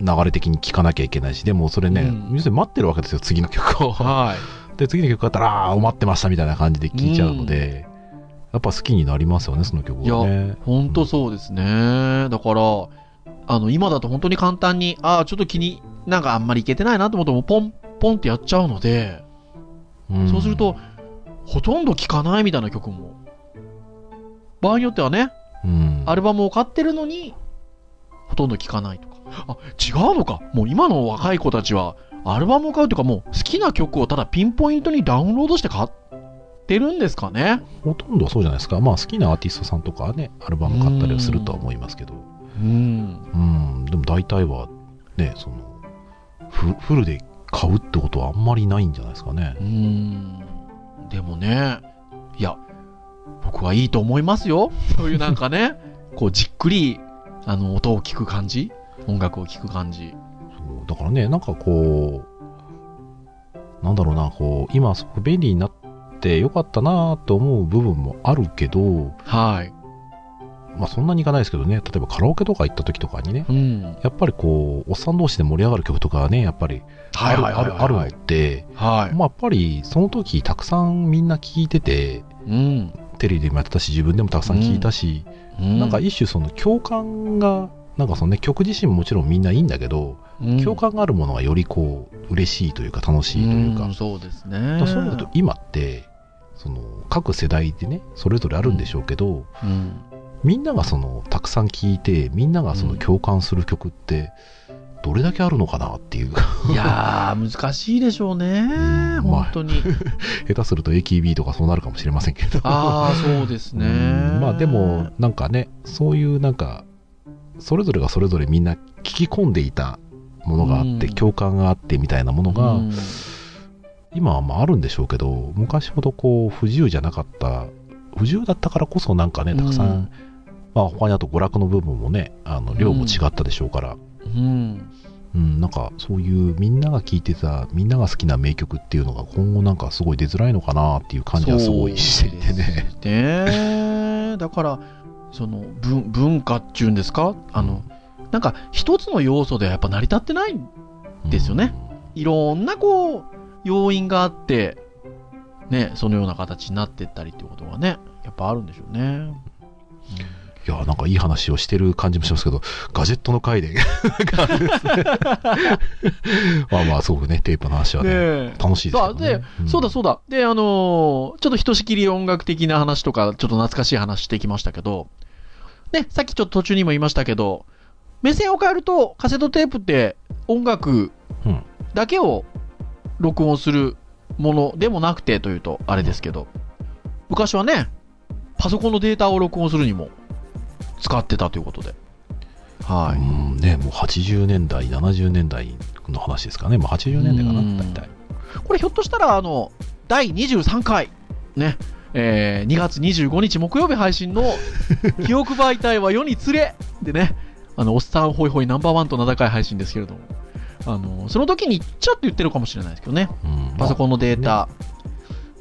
[SPEAKER 4] 流れ的に聴かなきゃいけないし、でもそれね、
[SPEAKER 3] うん
[SPEAKER 4] 要するに待ってるわけですよ、次の曲を。
[SPEAKER 3] はい。
[SPEAKER 4] で、次の曲があったら、ああー、待ってましたみたいな感じで聴いちゃうので、やっぱ好きになりますよね、その曲はね。
[SPEAKER 3] ほんとそうですね。だから、あの、今だと本当に簡単に、ああ、ちょっと気に、なんかあんまりいけてないなと思っても、ポン、ポンってやっちゃうので、
[SPEAKER 4] ん
[SPEAKER 3] そうすると、、ほとんど聴かないみたいな曲も。場合によってはね、
[SPEAKER 4] うん、
[SPEAKER 3] アルバムを買ってるのに、ほとんど聴かないとか。あ、違うのか。もう今の若い子たちは、アルバムを買うというか、もう好きな曲をただピンポイントにダウンロードして買ってるんですかね。
[SPEAKER 4] ほとんどそうじゃないですか、まあ、好きなアーティストさんとかはねアルバム買ったりはするとは思いますけど
[SPEAKER 3] うん。
[SPEAKER 4] うんでも大体はねそのフフルで買うってことはあんまりないんじゃないですかね
[SPEAKER 3] うん。でもね、いや、僕はいいと思いますよ。そういうなん かね、こうじっくり、あの、音を聞く感じ、音楽を聞く感じ。
[SPEAKER 4] そうだからねなんかこうなんだろうなこう今すごく便利になってよかったなと思う部分もあるけど、
[SPEAKER 3] はい。
[SPEAKER 4] まあ、そんなにいかないですけどね例えばカラオケとか行った時とかにね
[SPEAKER 3] うん。
[SPEAKER 4] やっぱりこうおっさん同士で盛り上がる曲とかはねやっぱりあるあるあるのって、
[SPEAKER 3] は
[SPEAKER 4] まあ、やっぱりその時たくさんみんな聴いてて
[SPEAKER 3] い。うん。
[SPEAKER 4] テレビでもやってたし自分でもたくさん聴いたし、なんか、一種その共感がなんかそのね曲自身ももちろんみんないいんだけど、
[SPEAKER 3] うん、
[SPEAKER 4] 共感があるものがよりこう嬉しいというか楽しいというか,、
[SPEAKER 3] んそうですね。
[SPEAKER 4] そういうのと今ってその各世代でねそれぞれあるんでしょうけど、
[SPEAKER 3] うん。
[SPEAKER 4] みんながそのたくさん聴いてみんながその共感する曲ってどれだけあるのかなっていう
[SPEAKER 3] いやー、難しいでしょうね。
[SPEAKER 4] うん
[SPEAKER 3] 本当に。
[SPEAKER 4] 下手すると AKB とかそうなるかもしれませんけど
[SPEAKER 3] ああ、そうですね
[SPEAKER 4] うん。まあでも、なんかねそういうなんかそれぞれがそれぞれみんな聞き込んでいたものがあって、
[SPEAKER 3] うん
[SPEAKER 4] 共感があってみたいなものが、
[SPEAKER 3] うん
[SPEAKER 4] 今はまああるんでしょうけど昔ほどこう不自由じゃなかった不自由だったからこそなんかねたくさん、
[SPEAKER 3] うん
[SPEAKER 4] まあ他にあと娯楽の部分もねあの量も違ったでしょうから、
[SPEAKER 3] うん。
[SPEAKER 4] うん、なんかそういうみんなが聴いてたみんなが好きな名曲っていうのが今後なんかすごい出づらいのかなっていう感じはすごいしていてね。
[SPEAKER 3] そうですね。だから、その文文化っていうんですか、あの、なんか一つの要素ではやっぱ成り立ってない、ですよねいろんなこう、要因があって、ね、そのような形になってったりっていうことがね、やっぱあるんでしょうね。
[SPEAKER 4] うん。いやなんかいい話をしてる感じもしますけどガジェットの回 でなんかあれですねまあまあすごくねテープの話はね
[SPEAKER 3] ね
[SPEAKER 4] 楽しいですけど、ね
[SPEAKER 3] そうでそうだそうだ。で、あのーちょっとひとしきり音楽的な話とか、ちょっと懐かしい話してきましたけど、ね、さっきちょっと途中にも言いましたけど、目線を変えると、カセットテープって音楽
[SPEAKER 4] うん
[SPEAKER 3] だけを録音するものでもなくてというと、あれですけど、昔はね、パソコンのデータを録音するにも使ってたということで。は
[SPEAKER 4] う
[SPEAKER 3] い。
[SPEAKER 4] んねもう80年代70年代の話ですかね、まあ、80年代かな
[SPEAKER 3] うん
[SPEAKER 4] 大体
[SPEAKER 3] これひょっとしたらあの第23回ねえー2月25日木曜日配信の「記憶媒体は世につれ」でねあのおっさんホイホイナンバーワンと名高い配信ですけれどもあのその時にちょっと言ってるかもしれないですけどね
[SPEAKER 4] うん
[SPEAKER 3] パソコンのデー
[SPEAKER 4] まあ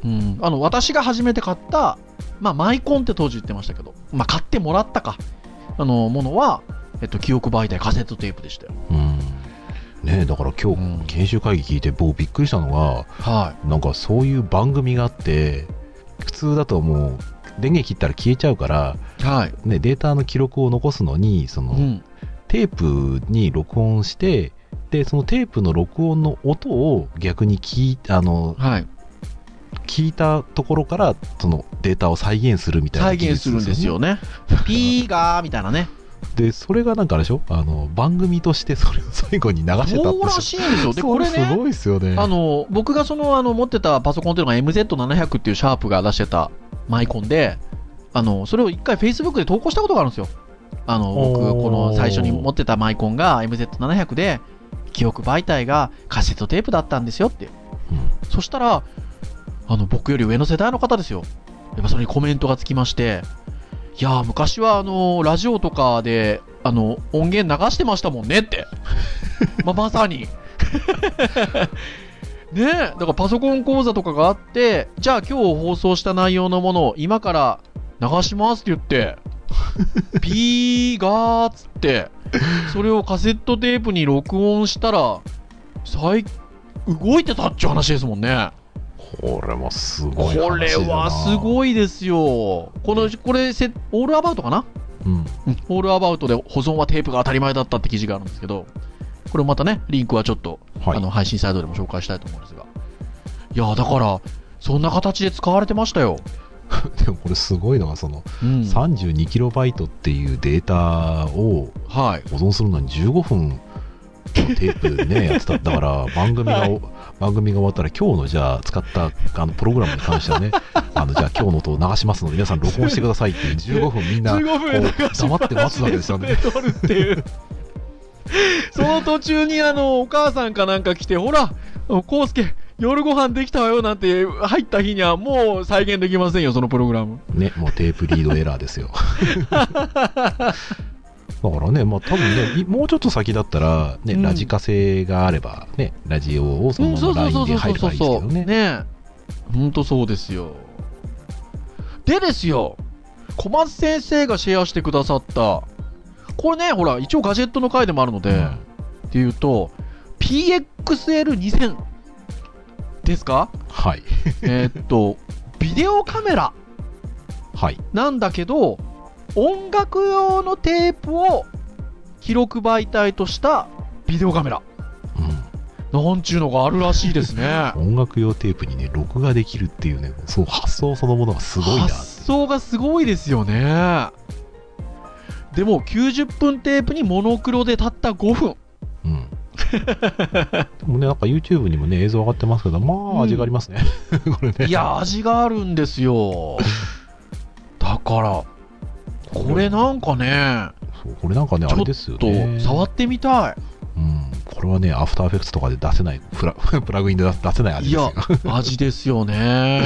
[SPEAKER 3] タ、うん、あの私が初めて買った、まあ、マイコンって当時言ってましたけど、まあ、買ってもらったかあのものは、えっと、記憶媒体カセットテープでしたよ、
[SPEAKER 4] うんねだから今日、
[SPEAKER 3] うん
[SPEAKER 4] 研修会議聞いて僕びっくりしたのが
[SPEAKER 3] は
[SPEAKER 4] なんかそういう番組があって普通だともう電源切ったら消えちゃうから、
[SPEAKER 3] いはい、
[SPEAKER 4] ね、データの記録を残すのにその、
[SPEAKER 3] うん、
[SPEAKER 4] テープに録音してでそのテープの録音の音を逆に聞いあの
[SPEAKER 3] はい
[SPEAKER 4] 聞いたところからそのデータを再現するみたいな
[SPEAKER 3] 再
[SPEAKER 4] 技
[SPEAKER 3] 現す
[SPEAKER 4] 術
[SPEAKER 3] るんですよね。ピーガーみたいなね。
[SPEAKER 4] でそれがなんかあれでしょあの番組として それを最後に流してたっ
[SPEAKER 3] そう
[SPEAKER 4] て
[SPEAKER 3] らしいんですよ。で、これ
[SPEAKER 4] そす
[SPEAKER 3] ね、
[SPEAKER 4] ごいですよね
[SPEAKER 3] あの、僕がその、あの、持ってたパソコンっていうのが MZ700 っていうシャープが出してたマイコンで、あの、それを一回 Facebook で投稿したことがあるんですよ。あの、僕、
[SPEAKER 4] おー
[SPEAKER 3] この最初に持ってたマイコンが MZ700 で、記憶媒体がカセットテープだったんですよって。
[SPEAKER 4] うん
[SPEAKER 3] そしたら、あの、僕より上の世代の方ですよ。やっぱそれにコメントがつきまして、いやー、昔はあのーラジオとかで、あの、音源流してましたもんねって。まあ、まさに。ねえ、だからパソコン講座とかがあって、じゃあ今日放送した内容のものを今から流しますって言って、ピーガーっつって、それをカセットテープに録音したら、最動いてたっちゅう話ですもんね。
[SPEAKER 4] これもすご
[SPEAKER 3] こ
[SPEAKER 4] い話だな
[SPEAKER 3] れはす
[SPEAKER 4] い、
[SPEAKER 3] ごいですよ。この、これ、せオールアバウトかな
[SPEAKER 4] うん
[SPEAKER 3] うんオールアバウトで保存はテープが当たり前だったって記事があるんですけど、これまたね、リンクはちょっと、
[SPEAKER 4] はい
[SPEAKER 3] あの配信サイトでも紹介したいと思うんですが。いやーだから、そんな形で使われてましたよ。
[SPEAKER 4] でもこれすごいのがその
[SPEAKER 3] うん
[SPEAKER 4] 32キロバイトっていうデータを
[SPEAKER 3] はい。
[SPEAKER 4] 保存するのに15分のテープでねやってただから番組が、
[SPEAKER 3] は
[SPEAKER 4] 番組が終わったら今日のじゃあ使ったあのプログラムに関してはねああの、じゃあ今日の音を流しますので、皆さん録音してくださいっていう、15分みんな、こう
[SPEAKER 3] 15分流しっぱなし
[SPEAKER 4] 黙って待つわけです よね。
[SPEAKER 3] で撮るっていう。その途中にあの、お母さんかなんか来て、ほら、コウスケ、夜ご飯できたわよなんて入った日にはもう再現できませんよ、そのプログラム。
[SPEAKER 4] ね、もうテープリードエラー ですよ。だからね、まあ多分ね、いもうちょっと先だったら、ね、
[SPEAKER 3] うん
[SPEAKER 4] ラジカセがあれば、ね、ラジオをその
[SPEAKER 3] うん、そ
[SPEAKER 4] まま
[SPEAKER 3] うそうそ
[SPEAKER 4] LINE
[SPEAKER 3] う
[SPEAKER 4] で
[SPEAKER 3] そう
[SPEAKER 4] 入れ
[SPEAKER 3] そ
[SPEAKER 4] ば
[SPEAKER 3] う
[SPEAKER 4] いいですけ
[SPEAKER 3] そ
[SPEAKER 4] ど
[SPEAKER 3] う。
[SPEAKER 4] ね。
[SPEAKER 3] ねえ。ほんとそうですよ。でですよ、小松先生がシェアしてくださった、これね、ほら、一応ガジェットの回でもあるので、
[SPEAKER 4] うん
[SPEAKER 3] っていうと、PXL2000 ですか
[SPEAKER 4] はい。
[SPEAKER 3] えーっと、ビデオカメラ
[SPEAKER 4] はい。
[SPEAKER 3] なんだけど、音楽用のテープを記録媒体としたビデオカメラ。なんちゅうのがあるらしいですね。
[SPEAKER 4] うん。音楽用テープにね、録画できるっていうね、そう、発想そのものが すごいなって。
[SPEAKER 3] 発想がすごいですよねでも90分テープにモノクロでたった5分
[SPEAKER 4] うん。でもね、なんか YouTube にもね、映像上がってますけど、まあ味がありますね。これ ね。
[SPEAKER 3] いや味があるんですよだからこれなんかね
[SPEAKER 4] そうこれなんかね、あれですよ
[SPEAKER 3] と
[SPEAKER 4] ね。
[SPEAKER 3] 触ってみたい
[SPEAKER 4] うん。これはね、アフターエフェクツとかで出せない、プラ プラグインで出出せない味
[SPEAKER 3] い
[SPEAKER 4] です
[SPEAKER 3] や
[SPEAKER 4] よ。
[SPEAKER 3] 味です よね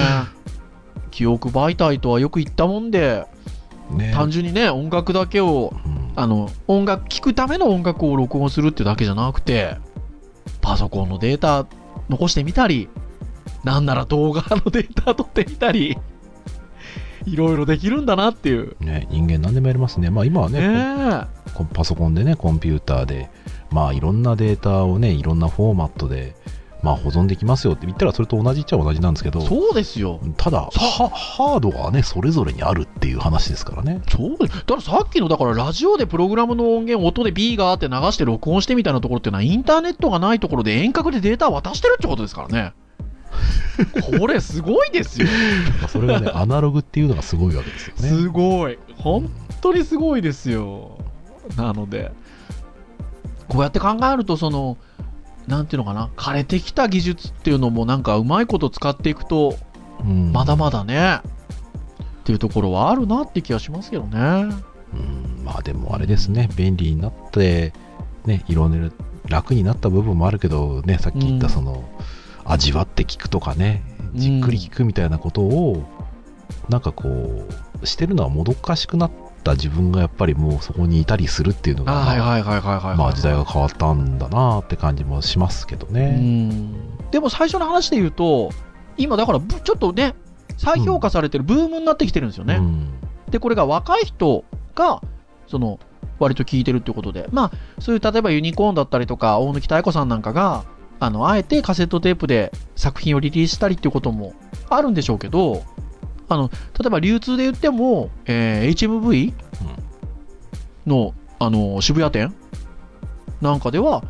[SPEAKER 3] 記憶媒体とはよく言ったもんで
[SPEAKER 4] ね。
[SPEAKER 3] 単純にね音楽だけを
[SPEAKER 4] うん
[SPEAKER 3] あの音楽聴くための音楽を録音するってだけじゃなくてパソコンのデータ残してみたりなんなら動画のデータ取ってみたりいろいろできるんだなっていう
[SPEAKER 4] ね、人間何でもやりますね。まあ今は
[SPEAKER 3] ね
[SPEAKER 4] ね、
[SPEAKER 3] え
[SPEAKER 4] こパソコンでね、コンピューターで、まあいろんなデータをね、いろんなフォーマットで、まあ保存できますよって言ったらそれと同じっちゃ同じなんですけど、
[SPEAKER 3] そうですよ
[SPEAKER 4] ただ、はハードがね、それぞれにあるっていう話ですから ね。
[SPEAKER 3] そうですだからさっきのだからラジオでプログラムの音源音で B があって流して録音してみたいなところっていうのはインターネットがないところで遠隔でデータを渡してるってことですからねこれすごいですよ
[SPEAKER 4] まあそれがね、アナログっていうのがすごいわけですよね。
[SPEAKER 3] すごい本当にすごいですよなのでこうやって考えるとそのなんていうのかな枯れてきた技術っていうのもなんかうまいこと使っていくと
[SPEAKER 4] うん
[SPEAKER 3] まだまだね、っていうところはあるなって気がしますけどね
[SPEAKER 4] うん、まあでもあれですね、便利になって、ね、いろいろ楽になった部分もあるけど、ね、さっき言った
[SPEAKER 3] うん
[SPEAKER 4] その、味わって聞くとかね、じっくり聞くみたいなことを、なんかこう、してるのはもどかしくなった自分がやっぱりもうそこにいたりするっていうのが、
[SPEAKER 3] あはいはいはいはいはいはい、
[SPEAKER 4] まあ時代が変わったんだなって感じもしますけど
[SPEAKER 3] う
[SPEAKER 4] ね。
[SPEAKER 3] んでも最初の話で言うと今だからぶちょっとね再評価されてるブームになってきてるんですよね、
[SPEAKER 4] うん
[SPEAKER 3] でこれが若い人がその割と聞いてるってことでまあそういう例えばユニコーンだったりとか大貫妙子さんなんかがあのあえてカセットテープで作品をリリースしたりっていうこともあるんでしょうけどあの例えば流通で言っても、えー HMV のあの渋谷店なんかでは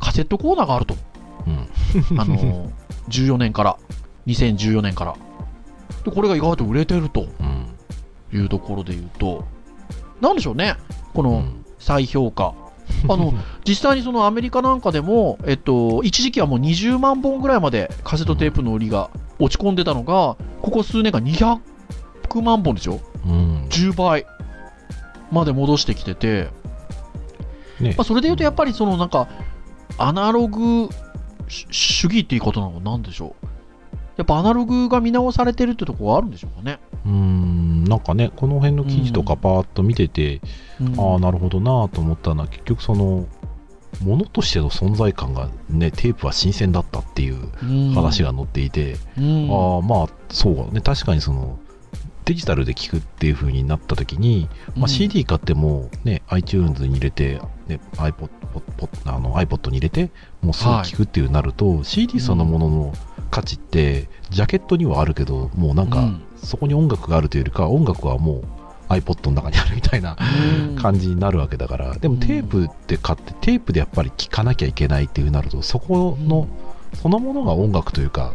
[SPEAKER 3] カセットコーナーがあると
[SPEAKER 4] うん
[SPEAKER 3] あの14年から2014年からでこれが意外と売れてると
[SPEAKER 4] うん
[SPEAKER 3] いうところで言うと、なんでしょうね、こ
[SPEAKER 4] う
[SPEAKER 3] の
[SPEAKER 4] ん
[SPEAKER 3] 再 評価。あの実際にそのアメリカなんかでも、えっと、一時期はもう20万本ぐらいまでカセットテープの売りが落ち込んでたのが、ここ数年間200万本でしょ、
[SPEAKER 4] うん
[SPEAKER 3] 10倍まで戻してきてて、
[SPEAKER 4] ね
[SPEAKER 3] まあ、それで言うと、やっぱりそのなんか、アナログ主主義っていうことなのなんでしょう、やっぱアナログが見直されてるってところはあるんでしょうかね。
[SPEAKER 4] うーんなんかね、この辺の記事とかパーッと見てて、
[SPEAKER 3] うん
[SPEAKER 4] ああ、なるほどなと思ったのは、結局その、ものとしての存在感がね、テープは新鮮だったっていう
[SPEAKER 3] うん
[SPEAKER 4] 話が載っていて、
[SPEAKER 3] うん
[SPEAKER 4] ああ、まあ、そうね、確かにその、デジタルで聞くっていう風になった時に、ま
[SPEAKER 3] う
[SPEAKER 4] あ、
[SPEAKER 3] ん
[SPEAKER 4] CD 買っても、ね、iTunes に入れて、ね、iPod, ポポあの iPod に入れて、もうすぐ聞くっていうなると、CD そのものの価値って、ジャケットにはあるけど、もうなんか、
[SPEAKER 3] うん
[SPEAKER 4] そこに音楽があるというよりか音楽はもう iPod の中にあるみたいな感じになるわけだから、でもテープって買ってテープでやっぱり聴かなきゃいけないっていうなるとそこのそのものが音楽というか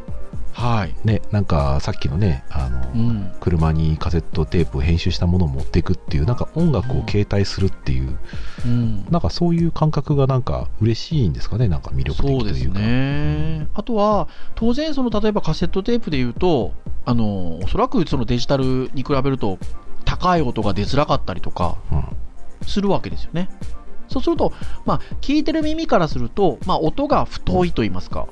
[SPEAKER 3] はい、
[SPEAKER 4] ねなんかさっきのねあの、
[SPEAKER 3] うん
[SPEAKER 4] 車にカセットテープを編集したものを持っていくっていうなんか音楽を携帯するっていう、
[SPEAKER 3] うん、
[SPEAKER 4] なんかそういう感覚がなんか嬉しいんですかねなんか魅力的と
[SPEAKER 3] そう
[SPEAKER 4] いうか
[SPEAKER 3] ですね、あとは当然その例えばカセットテープで言うとあのおそらくそのデジタルに比べると高い音が出づらかったりとか
[SPEAKER 4] うん
[SPEAKER 3] するわけですよね。そうすると、まあ、聞いてる耳からすると、まあ、音が太いと言いますか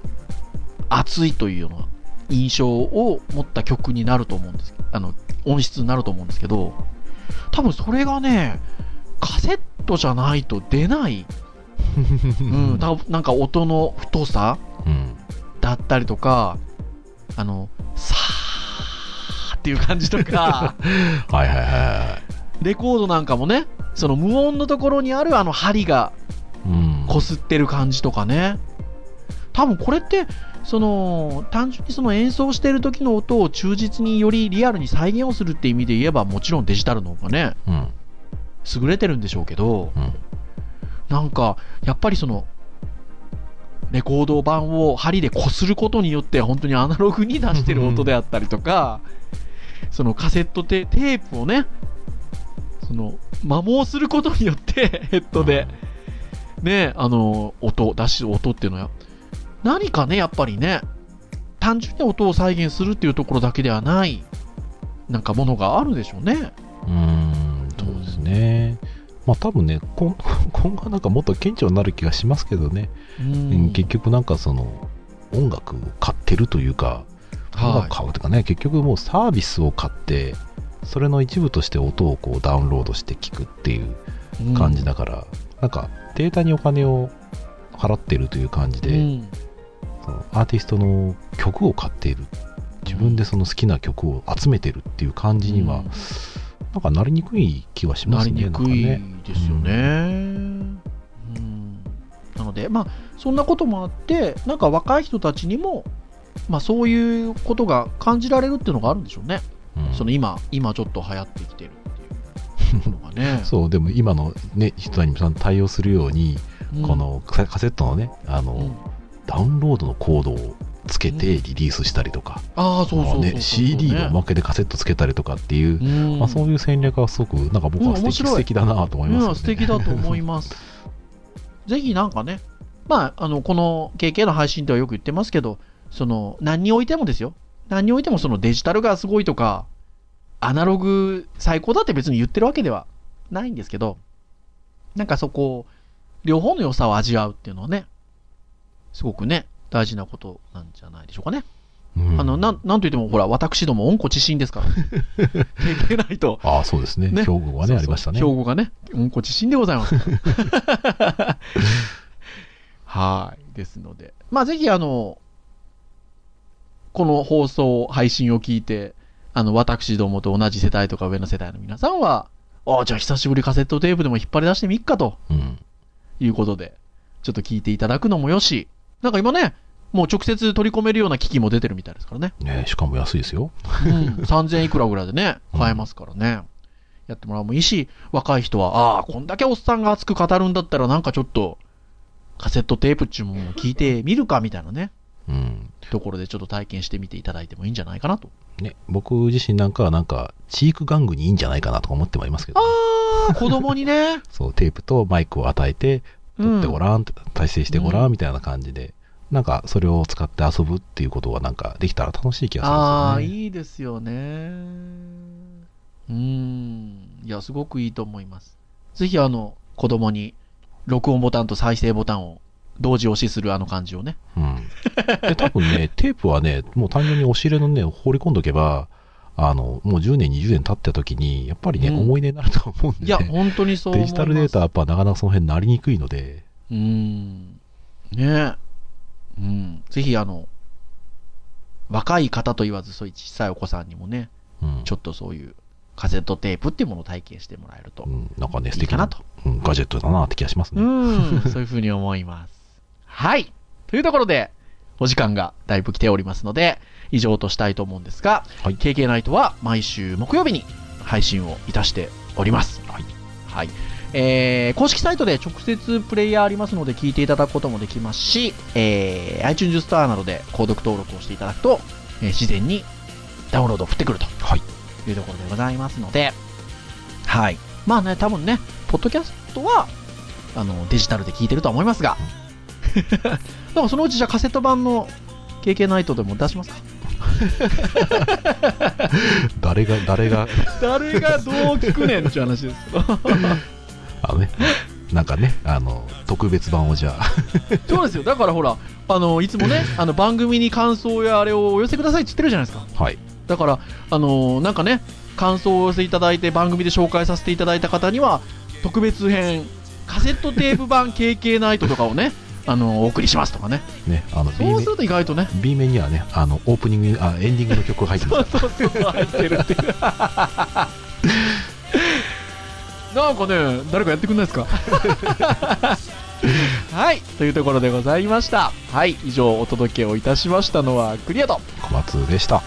[SPEAKER 3] 厚いというような印象を持った曲になると思うんですあの音質になると思うんですけど多分それがねカセットじゃないと出ない、うん、多分なんか音の太さ
[SPEAKER 4] うん
[SPEAKER 3] だったりとかあのさーっていう感じと か
[SPEAKER 4] はいはいは
[SPEAKER 3] レコードなんかもねその無音のところにあるあの針が
[SPEAKER 4] い。うん
[SPEAKER 3] こすってる感じとかね多分これってその単純にその演奏してる時の音を忠実によりリアルに再現をするって意味で言えばもちろんデジタルの方がね
[SPEAKER 4] うん
[SPEAKER 3] 優れてるんでしょうけど、
[SPEAKER 4] うん
[SPEAKER 3] なんかやっぱりそのレコード版を針でこすることによって本当にアナログに出してる音であったりとか、そのカセットテテープをねその摩耗することによってヘッドで、ねあの音出し音っていうのは何かねやっぱりね単純に音を再現するっていうところだけではないなんかものがあるでしょうね。
[SPEAKER 4] うーんそうですね。まあ多分ね、今 今後はなんかもっと顕著になる気がしますけどね、
[SPEAKER 3] うん
[SPEAKER 4] 結局なんかその音楽を買ってるというか、音楽
[SPEAKER 3] は
[SPEAKER 4] を
[SPEAKER 3] い
[SPEAKER 4] 買うとかね、結局もうサービスを買って、それの一部として音をこうダウンロードして聞くっていう感じだから、なんかデータにお金を払ってるという感じで、
[SPEAKER 3] うん
[SPEAKER 4] そのアーティストの曲を買っている自分でその好きな曲を集めてるっていう感じには、
[SPEAKER 3] うん
[SPEAKER 4] なんかなりにくい気はしま
[SPEAKER 3] な
[SPEAKER 4] す
[SPEAKER 3] り
[SPEAKER 4] ね
[SPEAKER 3] にくい
[SPEAKER 4] なんかね
[SPEAKER 3] ですよね。うんなので、まあ、そんなこともあってなんか若い人たちにも、まあ、そういうことが感じられるっていうのがあるんでしょうね、
[SPEAKER 4] うん。
[SPEAKER 3] その今今ちょっと流行ってきてるっていうのがね
[SPEAKER 4] そうでも今の、ね、人にも対応するように、
[SPEAKER 3] うん
[SPEAKER 4] こ、のカセカセットのねあの、
[SPEAKER 3] うん
[SPEAKER 4] ダウンロードのコードをつけてリリースしたりとか、
[SPEAKER 3] ああそうそうそうそう
[SPEAKER 4] ね、CD のおまけでカセットつけたりとかっていう、
[SPEAKER 3] うん
[SPEAKER 4] まあ、そういう戦略はすごくなんか僕は
[SPEAKER 3] うん
[SPEAKER 4] 素
[SPEAKER 3] 面
[SPEAKER 4] 敵,、
[SPEAKER 3] 白い
[SPEAKER 4] 素敵だなと思いますよね、
[SPEAKER 3] うん素敵だと思います。 ぜひなんかね、まあ、あの、この KK の配信ではよく言ってますけど、その、何においてもですよ。何においてもそのデジタルがすごいとか、アナログ最高だって別に言ってるわけではないんですけど、なんかそこを、両方の良さを味わうっていうのはね、すごくね、大事なことなんじゃないでしょうかね。
[SPEAKER 4] うん
[SPEAKER 3] あの、なん、なんといってもほら、私ども恩子知 心ですから。KK ないと、
[SPEAKER 4] ああそうですね
[SPEAKER 3] ね
[SPEAKER 4] 標語がね
[SPEAKER 3] そうそう
[SPEAKER 4] ありましたね
[SPEAKER 3] 兵庫がね、うんこ自身でござ います。はい。ですので。まあ、ぜひ、あの、この放送、配信を聞いて、あの、私どもと同じ世代とか上の世代の皆さんは、ああ、じゃあ久しぶりカセットテープでも引っ張り出してみっかと
[SPEAKER 4] うん
[SPEAKER 3] いうことで、ちょっと聞いていただくのもよし、なんか今ね、もう直接取り込めるような機器も出てるみたいですからね。
[SPEAKER 4] ね、しかも安いですよ
[SPEAKER 3] うん、3000いくらぐらいでね、
[SPEAKER 4] うん
[SPEAKER 3] 買えますからね。やってもらうもいいし、若い人は、ああ、こんだけおっさんが熱く語るんだったら、なんかちょっと、カセットテープっちゅうもんを聞いてみるか、みたいなね、
[SPEAKER 4] うん
[SPEAKER 3] ところでちょっと体験してみていただいてもいいんじゃないかなと。
[SPEAKER 4] ね、僕自身なんかはなんかチーク玩具にいいんじゃないかなとか思ってもいますけど、
[SPEAKER 3] ああ、 子供に ね、
[SPEAKER 4] そうテープとマイクを与えて
[SPEAKER 3] うん
[SPEAKER 4] 撮ってごらん、再生してごら
[SPEAKER 3] うん
[SPEAKER 4] みたいな感じで、なんかそれを使って遊ぶっていうことはなんかできたら楽しい気
[SPEAKER 3] あ
[SPEAKER 4] が
[SPEAKER 3] あ、
[SPEAKER 4] するんですよね。
[SPEAKER 3] いいですよね。うーん。いや、すごくいいと思います。ぜひ、あの、子供に、録音ボタンと再生ボタンを同時押しするあの感じをね。
[SPEAKER 4] うん、で多分ね テープはねもう単純に押し入れのね放り込んどけばあのもう10年20年経った時にやっぱりね、
[SPEAKER 3] うん
[SPEAKER 4] 思い出になると思うん
[SPEAKER 3] い
[SPEAKER 4] で、
[SPEAKER 3] や、
[SPEAKER 4] ね、
[SPEAKER 3] 本当にそう思
[SPEAKER 4] デ
[SPEAKER 3] います。
[SPEAKER 4] ジタルデータはやっぱなかなかその辺なりにくいので、
[SPEAKER 3] うーん。ねえ。うん。ぜひ、あの、若い方と言わず、そういう小さいお子さんにもね、
[SPEAKER 4] うん
[SPEAKER 3] ちょっとそういうカセットテープっていうものを体験してもらえると
[SPEAKER 4] う、ん、なんかね素
[SPEAKER 3] いい
[SPEAKER 4] 敵
[SPEAKER 3] か
[SPEAKER 4] な
[SPEAKER 3] なと。
[SPEAKER 4] うんガジェットだなって気がします
[SPEAKER 3] う
[SPEAKER 4] ね。
[SPEAKER 3] ん。 そういうふうに思います。はい。というところで、お時間がだいぶ来ておりますので、以上としたいと思うんですが、
[SPEAKER 4] はい
[SPEAKER 3] KK ナイトは毎週木曜日に配信をいたしております。
[SPEAKER 4] はい
[SPEAKER 3] はい。えー公式サイトで直接プレイヤーありますので聞いていただくこともできますし、えー iTunes ストアなどで購読登録をしていただくと、えー自然にダウンロードを降ってくると
[SPEAKER 4] はい
[SPEAKER 3] いうところでございますので、はい。まあね、多分ね、ポッドキャストは、あの、デジタルで聞いてるとは思いますが、 だからそのうちじゃあカセット版の KK ナイトでも出しますか
[SPEAKER 4] 誰が誰が
[SPEAKER 3] 誰がどう聞くねんっていう話ですけど
[SPEAKER 4] あのねなんかねあの特別版をじゃあ
[SPEAKER 3] そうですよだからほらあのいつもねあの番組に感想やあれをお寄せくださいって言ってるじゃないですか
[SPEAKER 4] はい
[SPEAKER 3] だからあのなんかね感想をお寄せいただいて番組で紹介させていただいた方には特別編カセットテープ版 KK ナイトとかをねあのお送りしますとかね
[SPEAKER 4] ねあの B
[SPEAKER 3] そう
[SPEAKER 4] 面
[SPEAKER 3] すると意外とね
[SPEAKER 4] B 面にはねあのオープニングあエンディングの曲が入って
[SPEAKER 3] そ
[SPEAKER 4] ま
[SPEAKER 3] う
[SPEAKER 4] す
[SPEAKER 3] そうそう入ってるっていう なんかね誰かやってくんない ですかはいというところでございましたはい以上お届けをいたしましたのはクリアと
[SPEAKER 4] 小松でした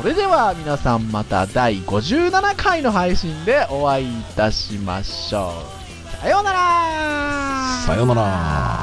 [SPEAKER 3] それでは皆さんまた第57回の配信でお会いいたしましょうさようなら
[SPEAKER 4] さようなら